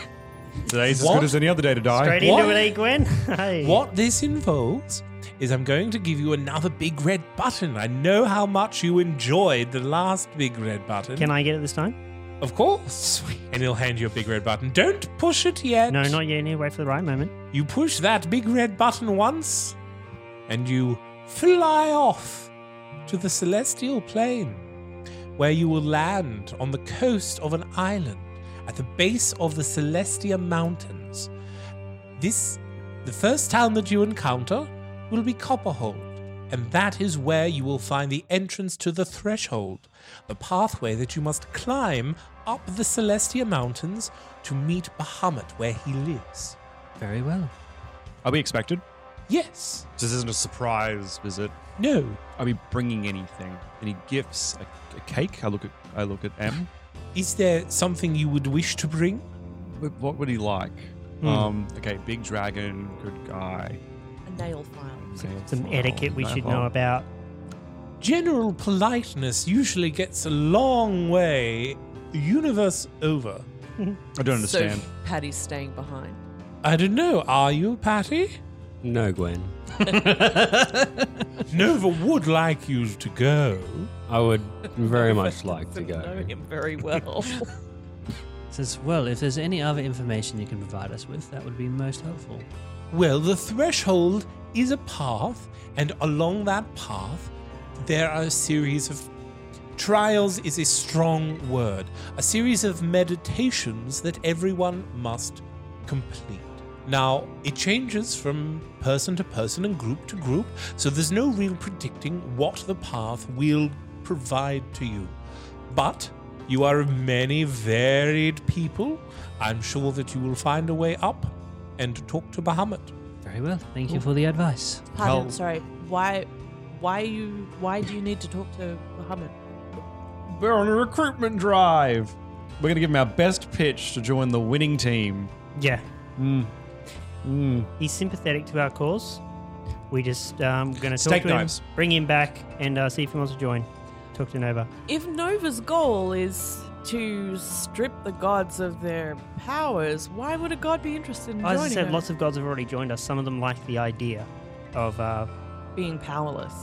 G: Today's as good as any other day to die.
I: Straight into it, eh, Gwen? (laughs) Hey.
C: What this involves is I'm going to give you another big red button. I know how much you enjoyed the last big red button.
I: Can I get it this time?
C: Of course. And he'll hand you a big red button. Don't push it yet.
I: No, not yet. Need to wait for the right moment.
C: You push that big red button once, and you fly off to the celestial plane, where you will land on the coast of an island at the base of the Celestia Mountains. This, the first town that you encounter, will be Copperhold, and that is where you will find the entrance to the Threshold, the pathway that you must climb up the Celestia Mountains to meet Bahamut, where he lives.
K: Very well.
G: Are we expected?
C: Yes.
G: This isn't a surprise visit.
C: No.
G: Are we bringing anything? Any gifts? A, a cake? I look at I look at M.
C: Is there something you would wish to bring?
G: Wh- What would he like?
I: Hmm.
G: Um, okay, big dragon, good guy.
J: a nail file.
I: Some etiquette we should know about.
C: General politeness usually gets a long way, universe over.
G: (laughs) I don't
J: So Patty's staying behind.
C: I don't know. Are you, Patty?
D: No, Gwen.
C: (laughs) Nova would like you to go.
D: I would
K: (laughs)
D: very much like to
J: I know
D: go.
J: him very well.
K: Says, well, if there's any other information you can provide us with, that would be most helpful.
C: Well, the threshold is a path, and along that path, there are a series of trials, is a strong word, a series of meditations that everyone must complete. Now, it changes from person to person and group to group, so there's no real predicting what the path will provide to you. But you are of many varied people. I'm sure that you will find a way up and to talk to Bahamut.
K: Very well. Thank you for the advice.
J: Pardon, sorry. Why why you why do you need to talk to Muhammad?
G: We're on a recruitment drive. We're gonna give him our best pitch to join the winning team.
I: Yeah.
G: Mm. Mm.
I: He's sympathetic to our cause. We just um, going to talk
G: Steak
I: to
G: knives.
I: him, bring him back, and uh, see if he wants to join. Talk to Nova.
J: If Nova's goal is to strip the gods of their powers, why would a god be interested in
I: As I
J: joining
I: said,
J: her?
I: lots of gods have already joined us. Some of them like the idea of uh,
J: being powerless.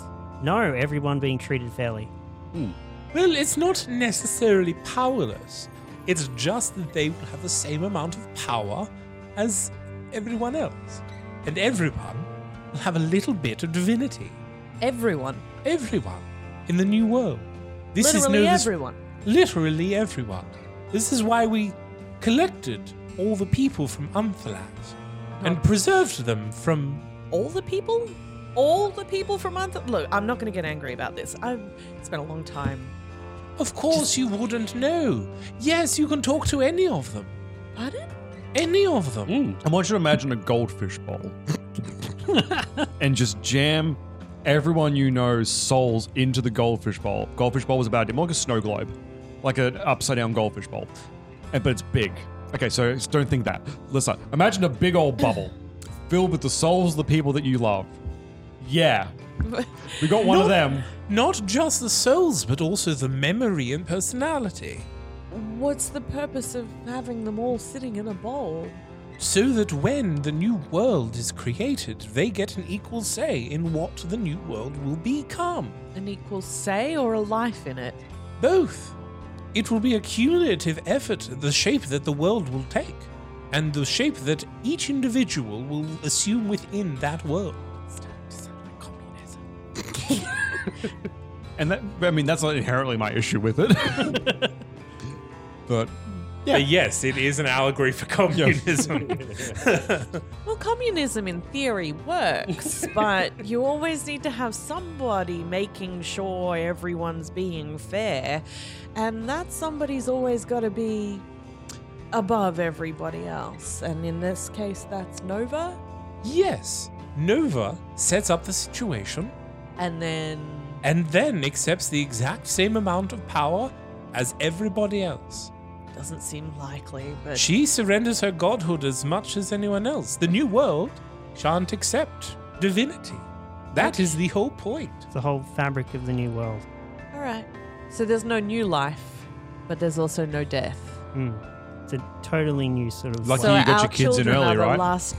I: No, everyone being treated fairly.
C: Hmm. Well, it's not necessarily powerless. It's just that they will have the same amount of power as everyone else. And everyone will have a little bit of divinity.
J: Everyone.
C: Everyone in the new world.
J: Literally
C: this-
J: everyone.
C: literally everyone. This is why we collected all the people from Unthalat
J: Oh.
C: and preserved them from
J: All the people? All the people from Anth Look, I'm not gonna get angry about this. I've it's been a long time.
C: Of course, you wouldn't know. Yes, you can talk to any of them.
J: Pardon?
C: Any of them.
G: I want you to imagine a goldfish bowl and just jam everyone you know's souls into the goldfish bowl. Goldfish bowl was about it, more like a snow globe, like an upside down goldfish bowl, and, but it's big. Okay, so just don't think that. Listen, imagine a big old bubble filled with the souls of the people that you love. Yeah, we got one of
C: Not-
G: them.
C: Not just the souls, but also the memory and personality.
J: What's the purpose of having them all sitting in a bowl?
C: So that when the new world is created, they get an equal say in what the new world will become.
J: An equal say or a life in it?
C: Both. It will be a cumulative effort, the shape that the world will take. and the shape that each individual will assume within that world.
G: And that, I mean, that's not inherently my issue with it. but
N: But yes, it is an allegory for communism.
I: (laughs)
J: Well, communism in theory
C: (laughs)
J: works, but you always need to have somebody making sure everyone's being fair. And that somebody's always got to be above everybody else. And in this case, that's Nova.
C: Yes, Nova sets up the situation
J: And then.
C: and then accepts the exact same amount of power as everybody else.
J: Doesn't seem likely, but.
C: She surrenders her godhood as much as anyone else. The new world shan't accept divinity. That is the whole point.
I: The whole fabric of the new world.
J: All right. So there's no new life, but there's also no death.
I: Mm. It's a totally new sort of.
J: so our children are the last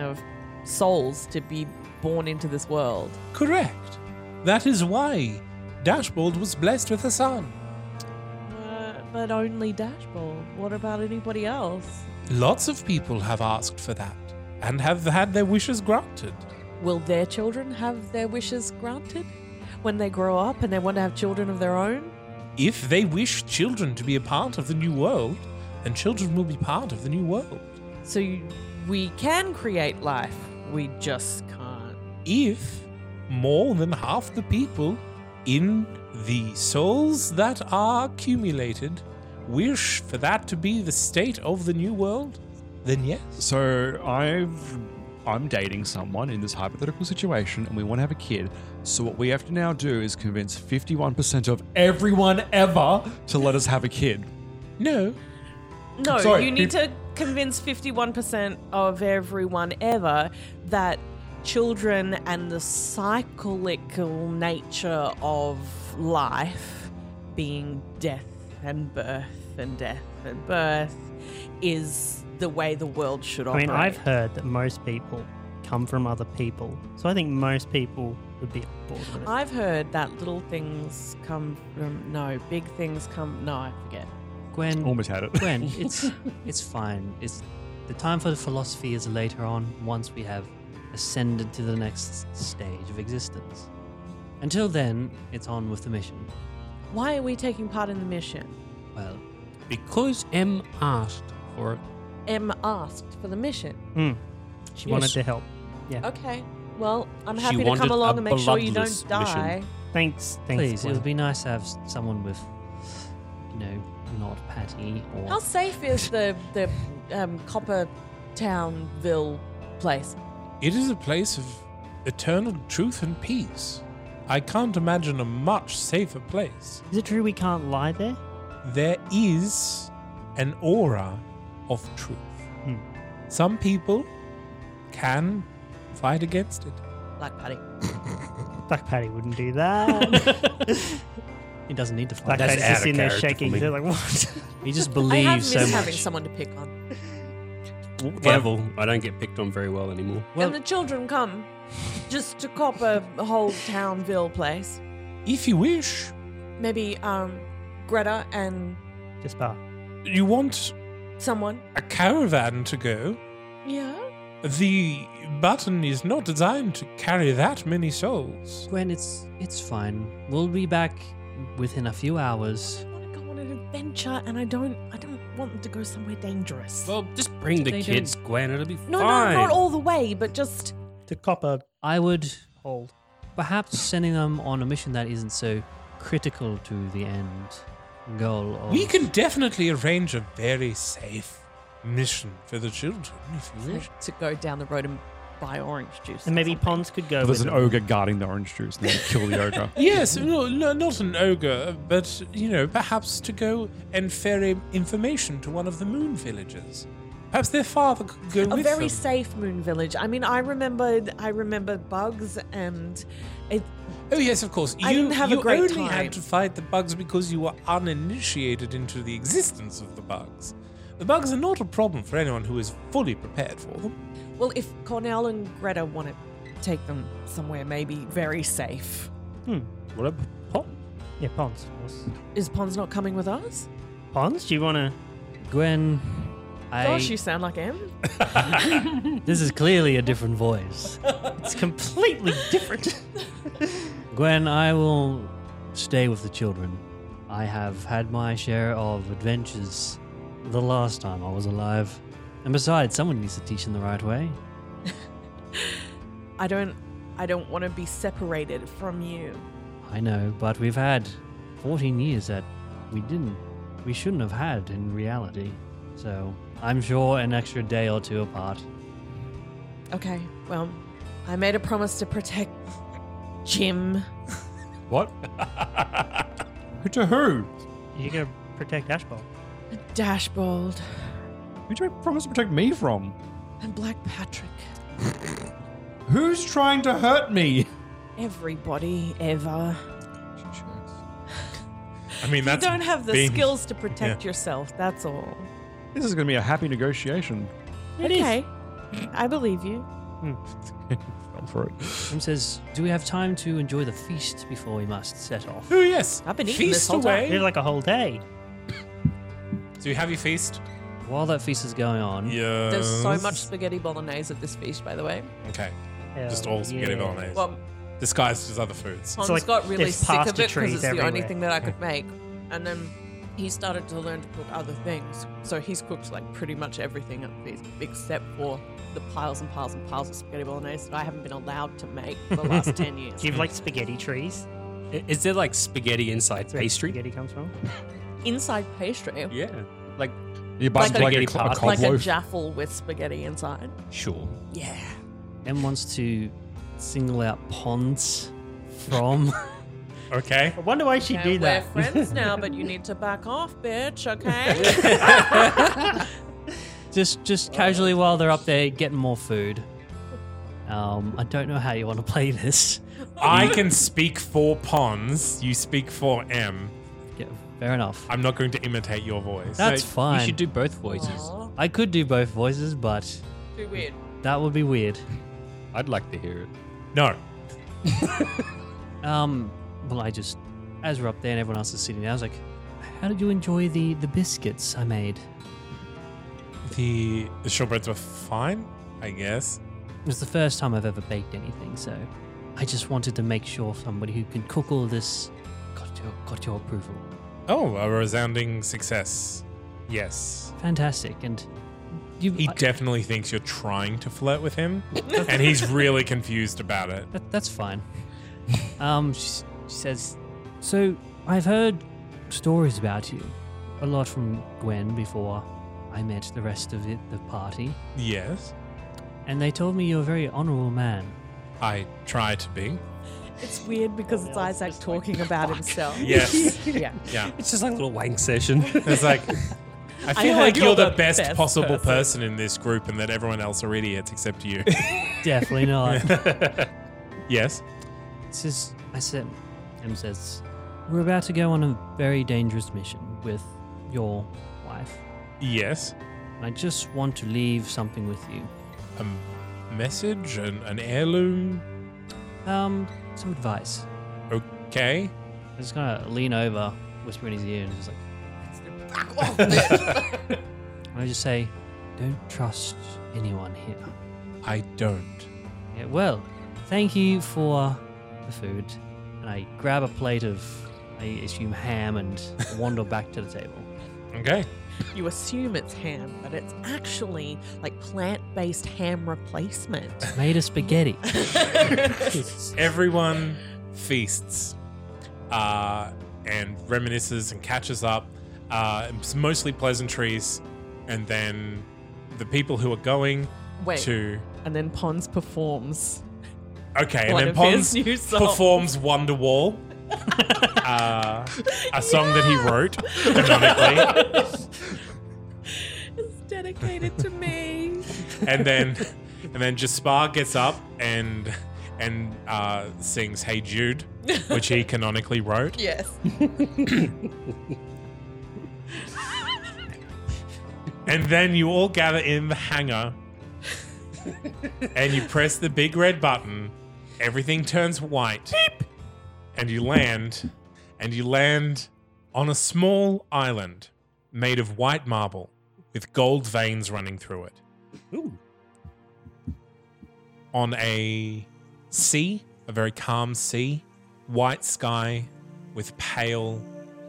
C: (laughs)
J: of souls to be born into this world.
C: Correct. That is why Dashboard was blessed with a son.
J: Uh, but only Dashboard. What about anybody else?
C: Lots of people have asked for that and have had their wishes granted.
J: Will their children have their wishes granted when they grow up and they want to have children of their own?
C: If they wish children to be a part of the new world, then children will be part of the new world.
J: So you, we can create life, we just can't.
C: If more than half the people in the souls that are accumulated wish for that to be the state of the new world, then yes.
G: So I've I'm dating someone in this hypothetical situation and we want to have a kid. So what we have to now do is convince 51% of everyone ever to let us have a kid.
C: No.
J: No,
G: Sorry,
J: you need
G: peop-
J: to convince 51% of everyone ever that children and the cyclical nature of life, being death and birth and death and birth, is the way the world should
I: I
J: operate.
I: mean, I've heard that most people come from other people, so I think most people would be on board with it.
J: I've heard that little things come from no, big things come no, I forget.
K: Gwen.
G: Almost had
I: (laughs)
G: it.
K: Gwen, it's it's fine. It's the time for the philosophy is later on, once we have ascended to the next stage of existence. Until then, it's on with the mission.
J: Why are we taking part in the mission?
K: Well, because M asked for it.
J: Em asked for the mission.
C: Hmm.
I: She wanted to
K: (laughs)
I: help. Yeah.
J: Okay. Well, I'm
K: She
J: happy to
K: wanted
J: come along
K: a
J: and make sure you
K: bloodless
J: don't die.
K: mission.
I: Thanks. Thanks.
K: Please, it
I: Gwen.
K: would be nice to have s- someone with, you know, not Patty or.
J: How safe is the the um, Copper Townville place?
C: It is a place of eternal truth and peace. I can't imagine a much safer place.
I: Is it true we can't lie there?
C: There is an aura of truth.
I: Hmm.
C: Some people can fight against it.
J: Like Patty.
I: (laughs) Black Patty wouldn't do (laughs) that.
K: He doesn't need to
I: Black
K: fight.
I: Patty's just in there shaking. They're like, what?
K: He just
J: I have
K: believes
J: missed
K: so much.
J: having someone to pick on.
O: Devil, I don't get picked on very well anymore.
J: and the children come just to cop a whole Townville place.
C: If you wish,
J: Maybe um, Greta and
I: Just bar.
C: you want
J: someone.
C: a caravan to go.
J: Yeah.
C: The button is not designed to carry that many souls.
K: Gwen, it's it's fine. We'll be back within a few hours.
J: I want an adventure, and I don't. I don't want them to go somewhere dangerous.
K: Well, just
O: Bring the kids, Gwen. It'll be
J: No,
O: fine.
J: no, not all the way, but just
I: To copper.
K: I would hold. Perhaps sending them on a mission that isn't so critical to the end goal. Of,
C: We can definitely arrange a very safe mission for the children if you wish.
J: to go down the road and buy orange juice.
I: Mm-hmm. And maybe Pons could go
G: There's
I: with
G: an
I: them.
G: ogre guarding the orange juice and then kill the ogre.
C: Yes, no, no, not an ogre, but you know, perhaps to go and ferry information to one of the moon villages. Perhaps their father could go
J: a
C: with
J: very
C: them.
J: safe moon village. I mean, I remembered, I remembered bugs, and it,
C: oh yes, of course. You
J: I didn't have a
C: you
J: great
C: only
J: time.
C: had to fight the bugs because you were uninitiated into the existence of the bugs. The bugs are not a problem for anyone who is fully prepared for them.
J: well, if Cornell and Greta want to take them somewhere, maybe very safe.
I: Hmm.
C: What up?
I: Yeah, Pons. of course.
J: Is Pons not coming with us? (laughs)
I: Pons, do you want to?
K: Gwen,
J: Gosh,
K: I-
J: you sound like
I: (laughs)
J: him.
K: (laughs) This is clearly a different voice.
J: It's completely different.
K: Gwen, I will stay with the children. I have had my share of adventures the last time I was alive. And besides, someone needs to teach them the right way.
J: I don't. I don't want to be separated from you.
K: I know, but we've had 14 years that we didn't, we shouldn't have had in reality. So I'm sure an extra day or two apart.
J: Okay. Well, I made a promise to protect Jim.
I: (laughs)
G: (laughs) What? to who?
I: You gotta protect Ashbolt.
J: Dashbold
G: Who did you promise to protect me from?
J: and Black Patrick.
G: Who's trying to hurt me?
J: Everybody ever.
N: I mean,
J: You
G: that's
J: don't have the
G: being-
J: skills to protect
G: Yeah.
J: yourself. That's all.
G: This is going to be a happy negotiation.
J: okay. I believe you.
C: Hmm. (laughs)
G: Fell for it.
K: Jim says, Do we have time to enjoy the feast before we must set off?
C: Oh, yes.
J: I've been
C: eating this Feast whole time. away.
I: Did like a whole day.
C: So you have your feast.
K: While that feast is going on,
C: yeah.
P: There's so much spaghetti bolognese at this feast, by the way.
C: Uh, Okay.
I: Hell
C: Just all spaghetti
I: yeah.
C: bolognese.
P: Well-
C: Disguised as other foods.
P: Tom's got really
I: there's
P: sick of it
I: pasta
P: because
I: trees
P: it's the only
I: everywhere.
P: thing that
C: (laughs)
P: I could make, and then he started to learn to cook other things. So he's cooked like pretty much everything at the feast, except for the piles and piles and piles of spaghetti bolognese that I haven't been allowed to make for the
C: (laughs)
P: last ten
D: (laughs)
P: years.
I: Do you have like spaghetti trees?
O: I- Is there like spaghetti inside
I: Where
O: pastry?
I: spaghetti comes from?
P: inside pastry?
O: Yeah. Like
G: you
O: bite
P: like,
O: spaghetti
P: a,
O: pasta.
P: like a jaffle with spaghetti inside.
O: Sure.
P: Yeah.
K: M wants to single out Ponds from.
C: okay.
I: I wonder why she
P: Okay,
I: did that.
P: We're friends now, but you need to back off, bitch. Okay.
K: just
O: Oh,
K: just casually while they're up there getting more food. Um, I don't know how you want to play this.
C: I can speak for Pons. You speak for M.
K: Yeah, fair enough.
C: I'm not going to imitate your voice.
K: That's fine.
O: You should do both voices.
K: I could do both voices, but
P: Too weird.
K: that would be weird.
O: I'd like to hear it.
C: No.
K: (laughs) Um, well, I just as we're up there and everyone else is sitting down, I was like, "How did you enjoy the the biscuits I made?"
C: The the shortbreads were fine, I guess.
K: It was the first time I've ever baked anything, so I just wanted to make sure somebody who can cook all this got your got your approval.
C: Oh, a resounding success. Yes.
K: Fantastic, and you.
C: He definitely thinks you're trying to flirt with
K: (laughs)
C: him, and he's really confused about it.
K: That, that's fine. Um, (laughs) she, she says, So I've heard stories about you, a lot from Gwen before I met the rest of it, the party,
C: Yes,
K: and they told me you're a very honorable man.
C: I try to be.
J: It's weird because it's Isaac talking about
C: (laughs)
J: himself. (laughs)
C: Yes.
J: yeah.
C: Yeah.
O: It's just like a little wank session.
C: It's like, I
J: I
C: feel
J: heard
C: like you're,
J: you're
C: the,
J: the
C: best,
J: best
C: possible person.
J: person.
C: in this group, and that everyone else are idiots except you.
K: Definitely not.
C: (laughs) yes.
K: This is, I said, Em says, We're about to go on a very dangerous mission with your wife.
C: Yes.
K: And I just want to leave something with you.
C: A message, an, an heirloom.
K: Um, some advice.
C: Okay.
K: I'm just gonna lean over, whisper in his ear, and just like, I just say, don't trust anyone here.
C: I don't.
K: Yeah, well, thank you for the food. And I grab a plate of, I assume, ham and (laughs) wander back to the table.
C: Okay.
J: You assume it's ham, but it's actually like plant based ham replacement.
K: Made of spaghetti.
C: Everyone feasts uh, and reminisces and catches up. Uh, it's mostly pleasantries, and then the people who are going
J: (laughs) Wait.
C: to
J: And then Pons performs.
C: okay, and
J: One
C: then
J: of
C: Pons
J: his new songs.
C: performs Wonderwall,
J: (laughs)
C: uh, a song that he wrote. Canonically.
J: It's dedicated to me.
C: and then and then Jaspar gets up and and uh, sings "Hey Jude," which
J: (laughs)
C: he canonically wrote. (clears throat)
J: Yes.
C: And then you all gather in the hangar, and you press the big red button. Everything turns white, and you land, and you land on a small island made of white marble. with gold veins running through it.
D: Ooh.
C: On a sea, a very calm sea, white sky with pale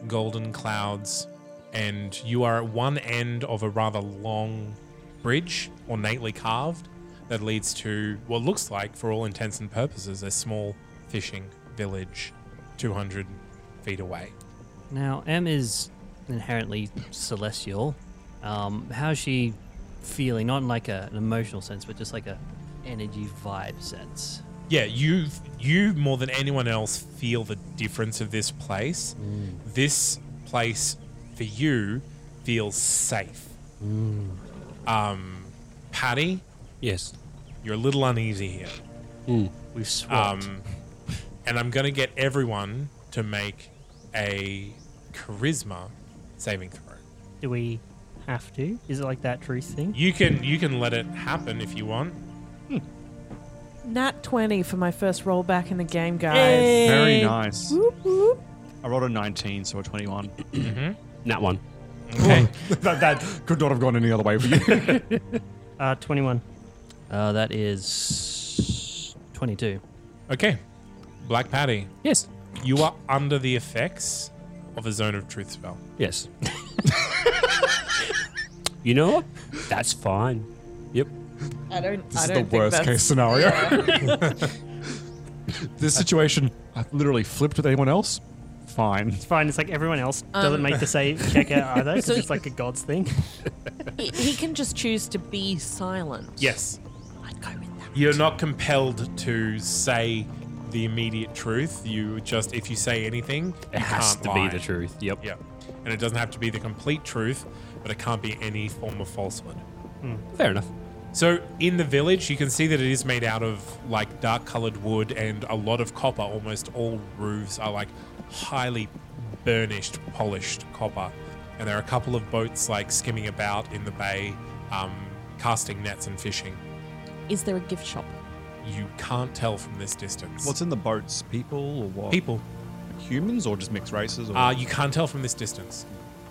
C: golden clouds, and you are at one end of a rather long bridge, ornately carved, that leads to what looks like, for all intents and purposes, a small fishing village 200 feet away.
K: Now, M is inherently celestial. Um, how's she feeling? Not in like a, an emotional sense, but just like a energy vibe sense.
C: Yeah, you you more than anyone else feel the difference of this place. This place for you feels safe. Um, Patty.
D: Yes.
C: You're a little uneasy here. Hmm. Um,
D: Mm.
K: We've swapped.
C: and I'm gonna get everyone to make a charisma saving throw.
I: Do we have to? Is it like that truth thing?
C: You can you can let it happen if you want.
J: Nat 20 for my first roll back in the game, guys.
G: Very nice.
J: Whoop, whoop.
G: I rolled a 19, so a 21.
C: mm-hmm.
G: That one.
C: Okay.
G: (laughs) that, that could not have gone any other way for
I: (laughs)
G: you.
I: Uh, 21.
K: Uh, that is 22.
C: Okay. Black Patty.
K: Yes.
C: You are under the effects of a zone of truth spell.
D: Yes. you know what? That's fine. Yep.
J: I don't.
G: This
J: I
G: is
J: don't
G: the
J: think
G: worst
J: that's-
G: case scenario.
I: (laughs)
G: (laughs)
J: Yeah.
G: this situation, I literally flipped with anyone else. Fine.
I: It's fine. It's like everyone else doesn't
G: Um,
I: make the
G: (laughs)
I: save check out either because
G: So-
I: it's like a god's thing.
Q: he, he can just choose to be silent.
C: Yes. You're not compelled to say the immediate truth. You just, if you say anything,
D: It
C: you
D: has
C: can't
D: to be
C: lie.
D: the truth. Yep.
C: Yeah. And it doesn't have to be the complete truth, but it can't be any form of falsehood.
D: Hmm. Fair enough.
C: So in the village, you can see that it is made out of like dark colored wood and a lot of copper. Almost all roofs are like highly burnished, polished copper. And there are a couple of boats like skimming about in the bay, um, casting nets and fishing.
Q: Is there a gift shop?
C: You can't tell from this distance.
G: What's in the boats? People or what?
C: People.
G: Humans or just mixed races? Or...
C: Uh, you can't tell from this distance.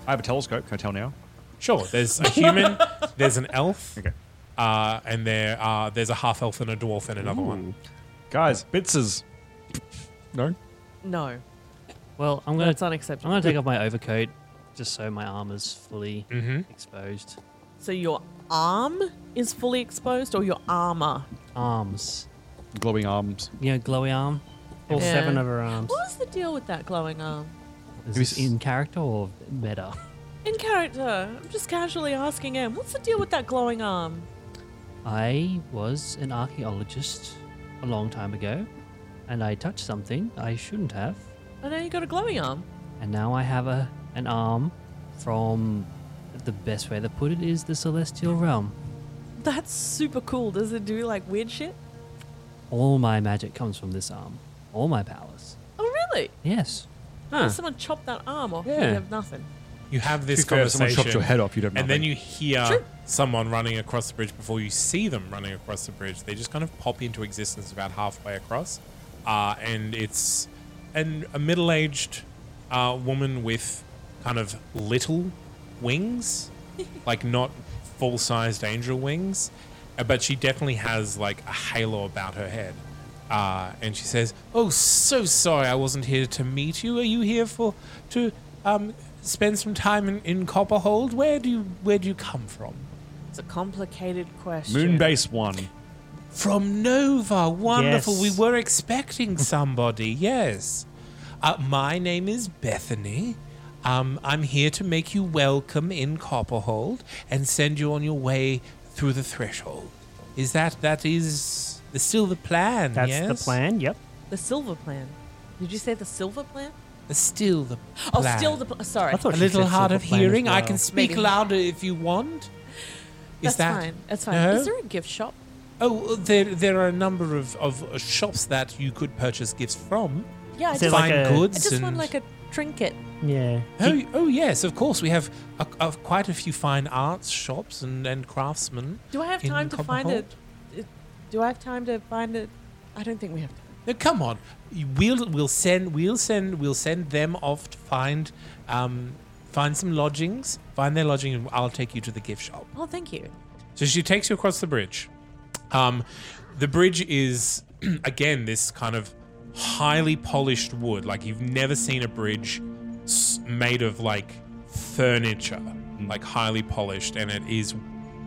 G: I have a telescope. Can I tell now?
C: Sure, there's a
G: (laughs)
C: human, there's an elf, uh, and there uh, there's a half elf and a dwarf and another one.
G: Guys, bitses. No?
J: No.
K: Well, I'm gonna.
J: That's unacceptable.
K: I'm gonna take off my overcoat just so my armor's fully exposed.
J: So your arm is fully exposed, or your armor?
K: Arms.
G: Glowing arms.
K: You know, glowy arm.
I: All
J: Yeah.
I: seven of her arms.
J: What is the deal with that glowing arm?
K: Is this in character or meta?
J: In character, I'm just casually asking him, what's the deal with that glowing arm?
K: I was an archaeologist a long time ago, and I touched something I shouldn't have,
J: I know you got a glowing arm.
K: and now I have a an arm from the best way to put it is the celestial realm.
J: That's super cool. Does it do like weird shit?
K: All my magic comes from this arm. All my powers.
J: Oh, really?
K: Yes.
J: What if someone chopped that arm off,
K: Yeah.
J: you'd have nothing.
C: You have this
G: To be fair, if
C: conversation.
G: someone chopped your head off, you'd have
C: And
G: nothing.
C: then you hear
G: True.
C: someone running across the bridge before you see them running across the bridge. They just kind of pop into existence about halfway across, uh, and it's an, a middle-aged uh, woman with kind of little wings, like not full-sized angel wings, uh, but she definitely has like a halo about her head. Uh, and she says, "Oh, so sorry, I wasn't here to meet you. Are you here for to um, spend some time in, in Copperhold? Where do you where do you come from?
J: It's a complicated question.
G: Moonbase 1.
C: From Nova. Wonderful.
J: Yes.
C: We were
I: (laughs)
C: expecting somebody. Yes. Uh, my name is Bethany. Um, I'm here to make you welcome in Copperhold and send you on your way through the threshold. Is that that is the, still the plan?
I: That's the
C: yes?
I: plan. Yep.
J: The silver plan. Did you say the silver plan?
C: Still the
J: Oh,
C: plan.
J: still the pl- sorry.
C: A little hard of hearing. I can speak
J: Maybe.
C: louder if you want. Is
J: That's
C: that
J: fine. That's fine.
C: No?
J: Is there a gift shop?
C: Oh, there there are a number of, of uh, shops that you could purchase gifts from.
J: Yeah, I
C: Fine
J: just,
C: goods.
J: I just
C: and,
J: want like a trinket.
I: Yeah.
C: oh, oh yes, of course. We have a, a, quite a few fine arts shops and, and craftsmen.
J: Do I have
C: in
J: time to find
C: Copperhold.
J: it? Do I have time to find it? I don't think we have time.
C: No, come on. We'll we'll send we'll send we'll send them off to find um, find some lodgings, find their lodging, and I'll take you to the gift shop.
J: Oh, thank you.
C: So she takes you across the bridge. Um, the bridge is, (clears throat) again, this kind of highly polished wood. Like you've never seen a bridge s- made of like furniture, like highly polished, and it is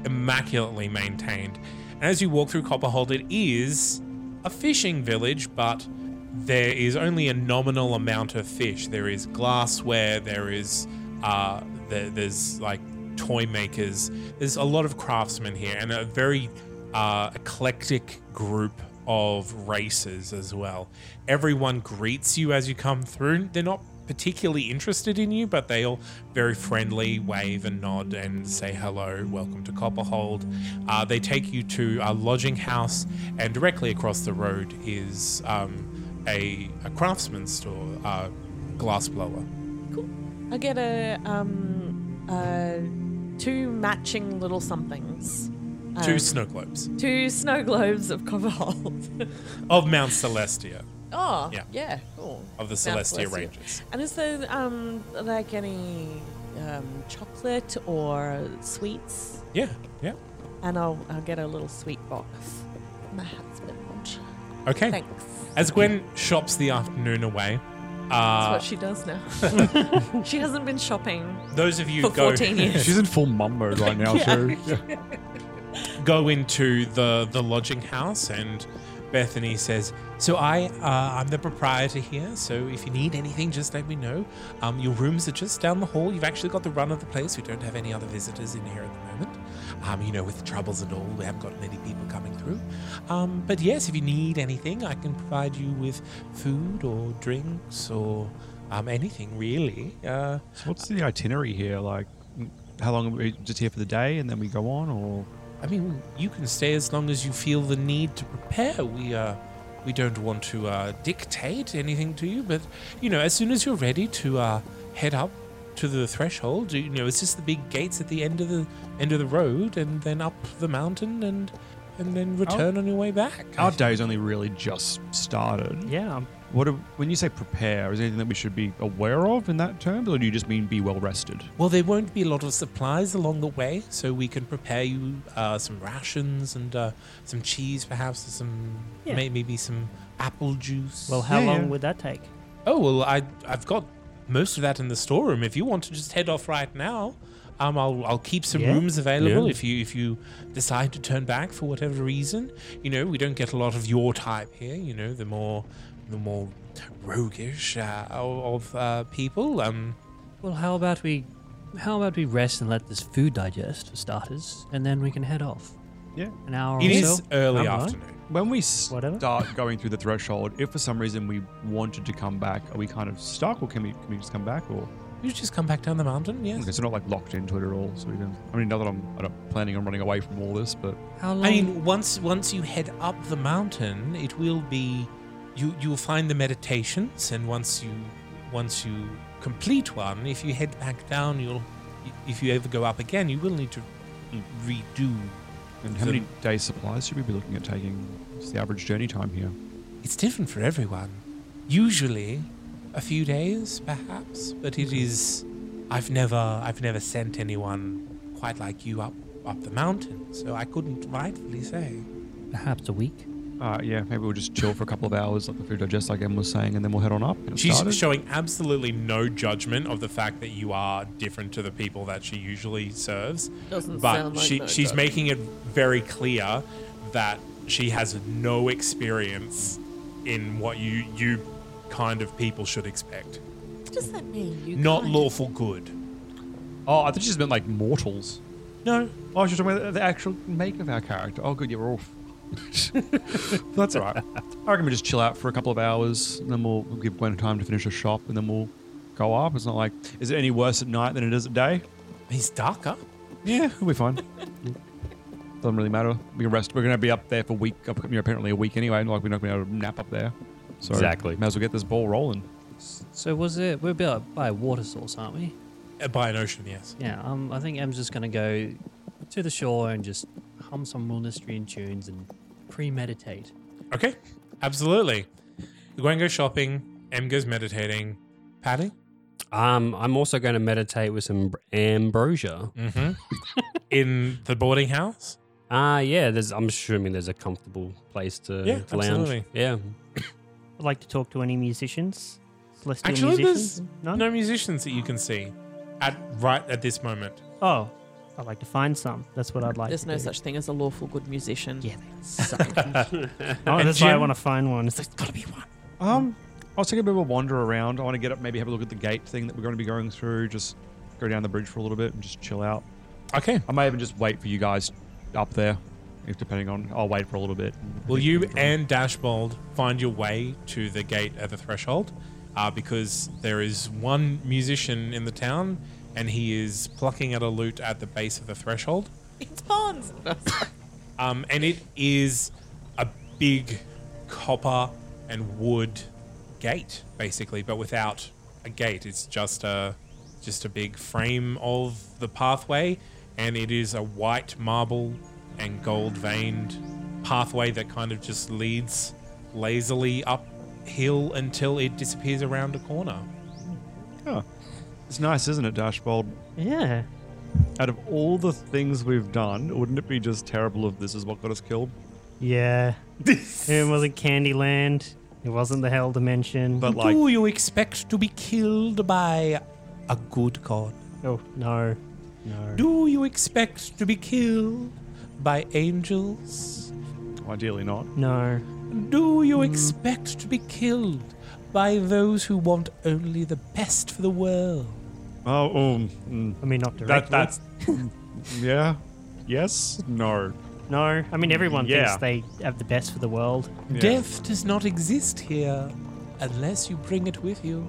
C: immaculately maintained. And as you walk through Copperhold, it is a fishing village, but there is only a nominal amount of fish. There is glassware, there is, uh, there, there's like toy makers. There's a lot of craftsmen here and a very uh, eclectic group of races as well. Everyone greets you as you come through. They're not particularly interested in you, but they all very friendly wave and nod and say hello, welcome to Copperhold. Uh, they take you to a lodging house, and directly across the road is um, a, a craftsman's store, uh, glassblower.
J: I get a um uh two matching little somethings.
C: Two
J: Um,
C: snow globes
J: Two snow globes of (laughs) Copperhold.
C: of Mount Celestia.
J: oh, yeah,
C: Yeah.
J: cool.
C: Of the
J: Mount
C: Celestia Ranges.
J: And is there um like any um chocolate or sweets?
C: Yeah, yeah.
J: And I'll I'll get a little sweet box. My hat's been launched.
C: Okay.
J: Thanks.
C: As Gwen shops the afternoon away,
J: That's
C: uh,
J: what she does now. (laughs) she hasn't been shopping.
C: those of you
J: for
C: who go
J: 14 years.
G: She's in full mum mode right now,
J: (laughs) Yeah.
G: too.
C: go into the the lodging house and Bethany says, "So I, uh, I'm the proprietor here. So if you need anything, just let me know. Um, your rooms are just down the hall. You've actually got the run of the place. We don't have any other visitors in here at the moment. Um, you know, with troubles and all, we haven't got many people coming through. Um, but yes, if you need anything, I can provide you with food or drinks or um, anything really. Uh,
G: So what's the itinerary here? Like, how long are we just here for the day and then we go on, or
C: I mean, you can stay as long as you feel the need to prepare. We uh, we don't want to uh, dictate anything to you, but you know, as soon as you're ready to uh, head up to the threshold, you know, it's just the big gates at the end of the end of the road, and then up the mountain, and and then return on your way back.
G: our day's only really just started?
I: Yeah.
G: What do- when you say prepare, is there anything that we should be aware of in that terms, or do you just mean be well rested?
C: Well, there won't be a lot of supplies along the way, so we can prepare you uh, some rations and uh, some cheese, perhaps, or some
I: Yeah.
C: may- maybe some apple juice.
I: Well, how long would that take?
C: Oh well, I I've got most of that in the storeroom. If you want to just head off right now, um, I'll I'll keep some
I: Yeah.
C: rooms available
I: Yeah.
C: if you if you decide to turn back for whatever reason. You know, we don't get a lot of your type here. You know, the more the more roguish uh, of uh, people. Um,
K: Well, how about we, how about we rest and let this food digest for starters, and then we can head off.
G: Yeah,
K: an hour.
C: It
K: or
C: is
K: so?
C: early
K: Alright.
C: afternoon.
G: When we start going through the threshold, if for some reason we wanted to come back, are we kind of stuck, or can we can we just come back, or
C: you just come back down the mountain. Yes.
G: okay, so not like locked into it at all? So we don't. I mean, not that I'm I don't planning on running away from all this, but
C: I mean, once once you head up the mountain, it will be you you will find the meditations, and once you once you complete one, if you head back down, you'll if you ever go up again, you will need to redo.
G: And how
C: the-
G: many days' supplies should we be looking at taking? What's the average journey time here?
C: It's different for everyone. Usually, a few days, perhaps, but
G: Mm-hmm.
C: it is. I've never I've never sent anyone quite like you up up the mountain, so I couldn't rightfully say.
K: Perhaps a week.
G: Uh, yeah, maybe we'll just chill for a couple of hours, like the food digest, like Em was saying, and then we'll head on up. Get it
C: She's
G: started.
C: showing absolutely no judgment of the fact that you are different to the people that she usually serves.
J: Doesn't
C: but
J: sound like
C: she,
J: no
C: she's
J: judgment.
C: making it very clear that she has no experience in what you you kind of people should expect.
J: What does that mean? You
C: Not
J: can't-
C: lawful good.
G: Oh, I thought she's meant like mortals.
C: No.
G: Oh, she's talking about the actual make of our character. Oh, good, you're off. (laughs) That's all right. I reckon we just chill out for a couple of hours, and then we'll, we'll give Gwen time to finish her shop, and then we'll go up. It's not like, is it any worse at night than it is at day?
C: It's darker.
G: Yeah, we'll be fine. Doesn't really matter. We can rest. We're going to be up there for a week, up- you know, apparently a week anyway. Like, we're not going to be able to nap up there. So
D: Exactly.
G: May as well get this ball rolling.
K: So was it? We're about by a water source, aren't we?
C: Uh, By an ocean, yes.
K: Yeah. Um, I think Em's just gonna go to the shore and just hum some Monastrian tunes and premeditate.
C: Okay, absolutely. Gwen goes shopping, Em goes meditating. Patty?
O: Um, I'm also going to meditate with some br- ambrosia. (laughs)
N: Mhm.
O: Mm-hmm. In the boarding house? Uh, yeah. There's. I'm assuming there's a comfortable place to
I: Yeah,
O: to lounge.
I: absolutely.
O: Yeah.
I: I'd like to talk to any musicians. Celestial
N: Actually,
I: musicians?
N: there's no? musicians that you can see at right at this moment.
I: Oh, I'd like to find some. That's what I'd like.
J: There's
I: to
J: no
I: do.
J: such thing as a lawful good musician.
I: Yeah, (laughs) Oh,
J: (laughs)
G: And
I: that's why I
G: Jim-
I: want to find one. It's like, gotta be one.
G: Um, I'll take a bit of a wander around. I want to get up, maybe have a look at the gate thing that we're going to be going through. Just go down the bridge for a little bit and just chill out.
N: Okay.
G: I may even just wait for you guys up there, if depending on. I'll wait for a little bit.
N: Will you and Dashbold find your way to the gate at the threshold? Uh, because there is one musician in the town and he is plucking at a lute at the base of the threshold.
J: It's Bonds.
N: Um, and it is a big copper and wood gate, basically, but without a gate. It's just a just a big frame of the pathway, and it is a white marble and gold veined pathway that kind of just leads lazily uphill until it disappears around a corner.
G: Yeah. It's nice, isn't it, Dashbold?
I: Yeah.
G: Out of all the things we've done, wouldn't it be just terrible if this is what got us killed?
I: Yeah. it wasn't Candyland. It wasn't the Hell Dimension.
G: But, like-
C: Do you expect to be killed by a good god?
I: Oh, no. No.
C: Do you expect to be killed by angels?
G: Ideally not.
I: No.
C: Do you
G: Hmm.
C: expect to be killed by those who want only the best for the world?
G: Oh, um, mm.
I: I mean, not
G: That,
I: directly.
G: that's. (laughs) yeah. Yes. No.
I: No. I mean, everyone
G: Yeah.
I: thinks they have the best for the world.
C: Death does not exist here unless you bring it with you.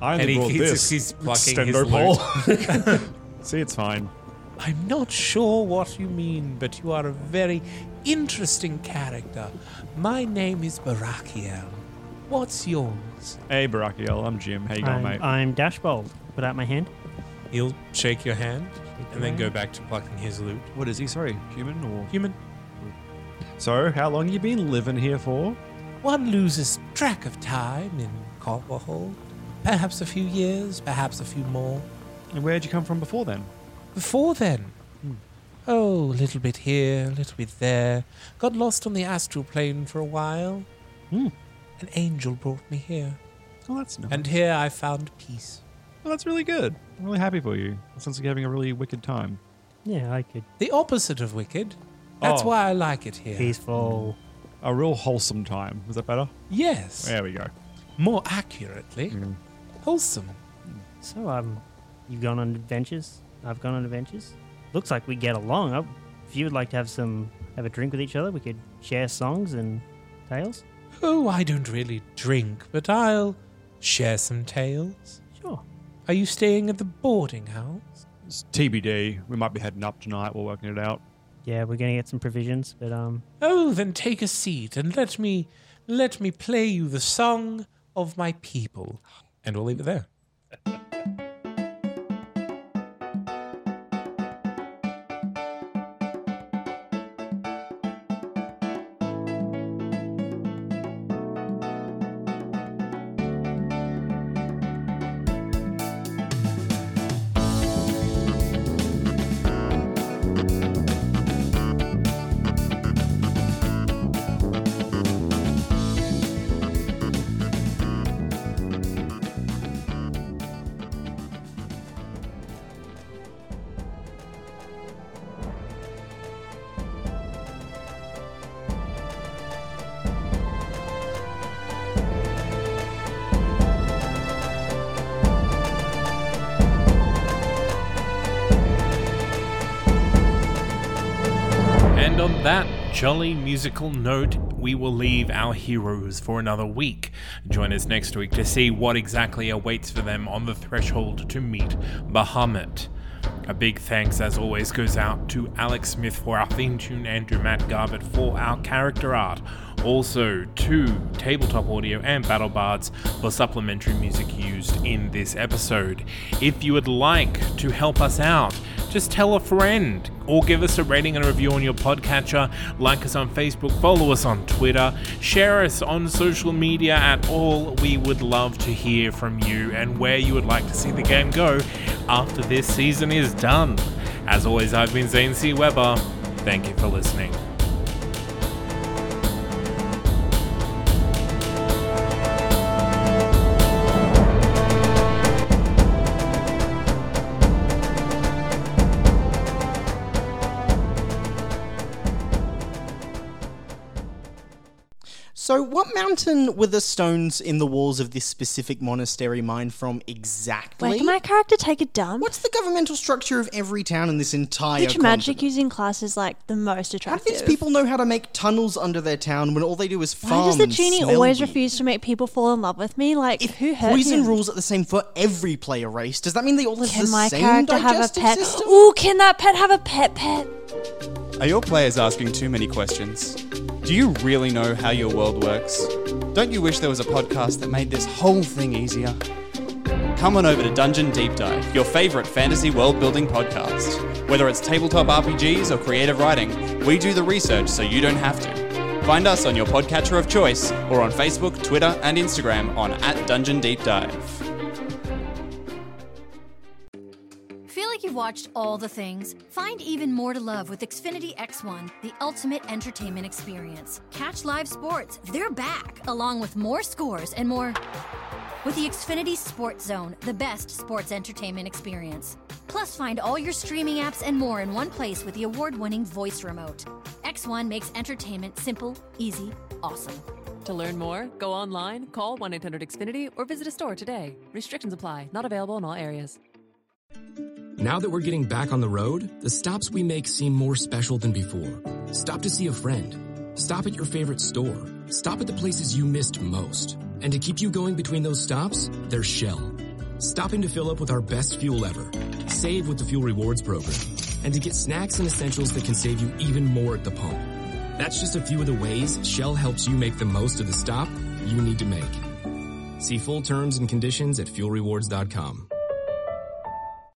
G: I
N: And
G: only
N: he
G: brought
N: keeps-
G: this.
N: he's plucking
G: Stendo
N: his
G: pole. (laughs) See, it's fine.
C: (laughs) I'm not sure what you mean, but you are a very interesting character. My name is Barakiel. What's yours?
G: Hey, Barakiel, I'm Jim. How you going,
I: I'm,
G: mate?
I: I'm Dashbold. Put out my hand.
N: He'll shake your hand and then
I: hand.
N: go back to plucking his lute.
G: What is he? Sorry, human or
N: human?
G: So, how long you been living here for?
C: One loses track of time in Copperhold. Perhaps a few years, perhaps a few more.
G: And where'd you come from before then? Hmm.
C: Before then, oh, a little bit here, a little bit there. Got lost on the astral plane for a while. An angel brought me here.
G: Hmm. Oh, that's nice.
C: And here I found peace.
G: Well, that's really good. I'm really happy for you. It sounds like you're having a really wicked time.
I: Yeah, I could.
C: The opposite of wicked. That's
G: Oh.
C: why I like it here.
I: Peaceful.
G: A real wholesome time. Is that better?
C: Yes.
G: There we go.
C: More accurately,
G: Mm.
C: wholesome.
I: So, um, you've gone on adventures. I've gone on adventures. Looks like we get along. I, if you would like to have some, have a drink with each other, we could share songs and tales.
C: Oh, I don't really drink, but I'll share some tales.
I: Sure.
C: Are you staying at the boarding house?
G: It's TBD. We might be heading up tonight. We're working it out.
I: Yeah, we're gonna get some provisions, but um,
C: Oh, then take a seat and let me let me play you the song of my people. And we'll leave it there.
E: And on that jolly musical note, we will leave our heroes for another week. Join us next week to see what exactly awaits for them on the threshold to meet Bahamut. A big thanks, as always, goes out to Alex Smith for our theme tune and to Matt Garbutt for our character art.
C: Also, two tabletop audio and battle bards for supplementary music used in this episode. If you would like to help us out, just tell a friend or give us a rating and a review on your podcatcher. Like us on Facebook, follow us on Twitter, share us on social media at all. We would love to hear from you and where you would like to see the game go after this season is done. As always, I've been Zane C. Weber. Thank you for listening.
R: So, what mountain were the stones in the walls of this specific monastery mined from exactly?
S: Wait, can my character take a dump?
R: What's the governmental structure of every town in this entire
S: Which
R: continent?
S: magic using class is like the most
R: How do
S: attractive?
R: these people know how to make tunnels under their town when all they do is farm?
S: Why does the
R: and
S: genie
R: smell
S: always
R: weed?
S: refuse to make people fall in love with me? Like, who hurt
R: Poison
S: him?
R: rules are the same for every player race. Does that mean they all have
S: Can
R: the
S: my
R: same
S: character have a
R: digestive
S: pet?
R: system?
S: Ooh, can that pet have a pet pet?
T: Are your players asking too many questions? Do you really know how your world works? Don't you wish there was a podcast that made this whole thing easier? Come on over to Dungeon Deep Dive, your favorite fantasy world building podcast. Whether it's tabletop RPGs or creative writing, we do the research so you don't have to. Find us on your podcatcher of choice or on Facebook, Twitter, and Instagram on at Dungeon Deep Dive.
A: Feel like you've watched all the things? Find even more to love with Xfinity X1, the ultimate entertainment experience. Catch live sports, they're back, along with more scores and more. With the Xfinity Sports Zone, the best sports entertainment experience. Plus, find all your streaming apps and more in one place with the award winning voice remote. X1 makes entertainment simple, easy, awesome.
B: To learn more, go online, call 1 800 Xfinity, or visit a store today. Restrictions apply, not available in all areas.
U: Now that we're getting back on the road, the stops we make seem more special than before. Stop to see a friend. Stop at your favorite store. Stop at the places you missed most. And to keep you going between those stops, there's Shell. Stopping to fill up with our best fuel ever. Save with the Fuel Rewards program. And to get snacks and essentials that can save you even more at the pump. That's just a few of the ways Shell helps you make the most of the stop you need to make. See full terms and conditions at fuelrewards.com.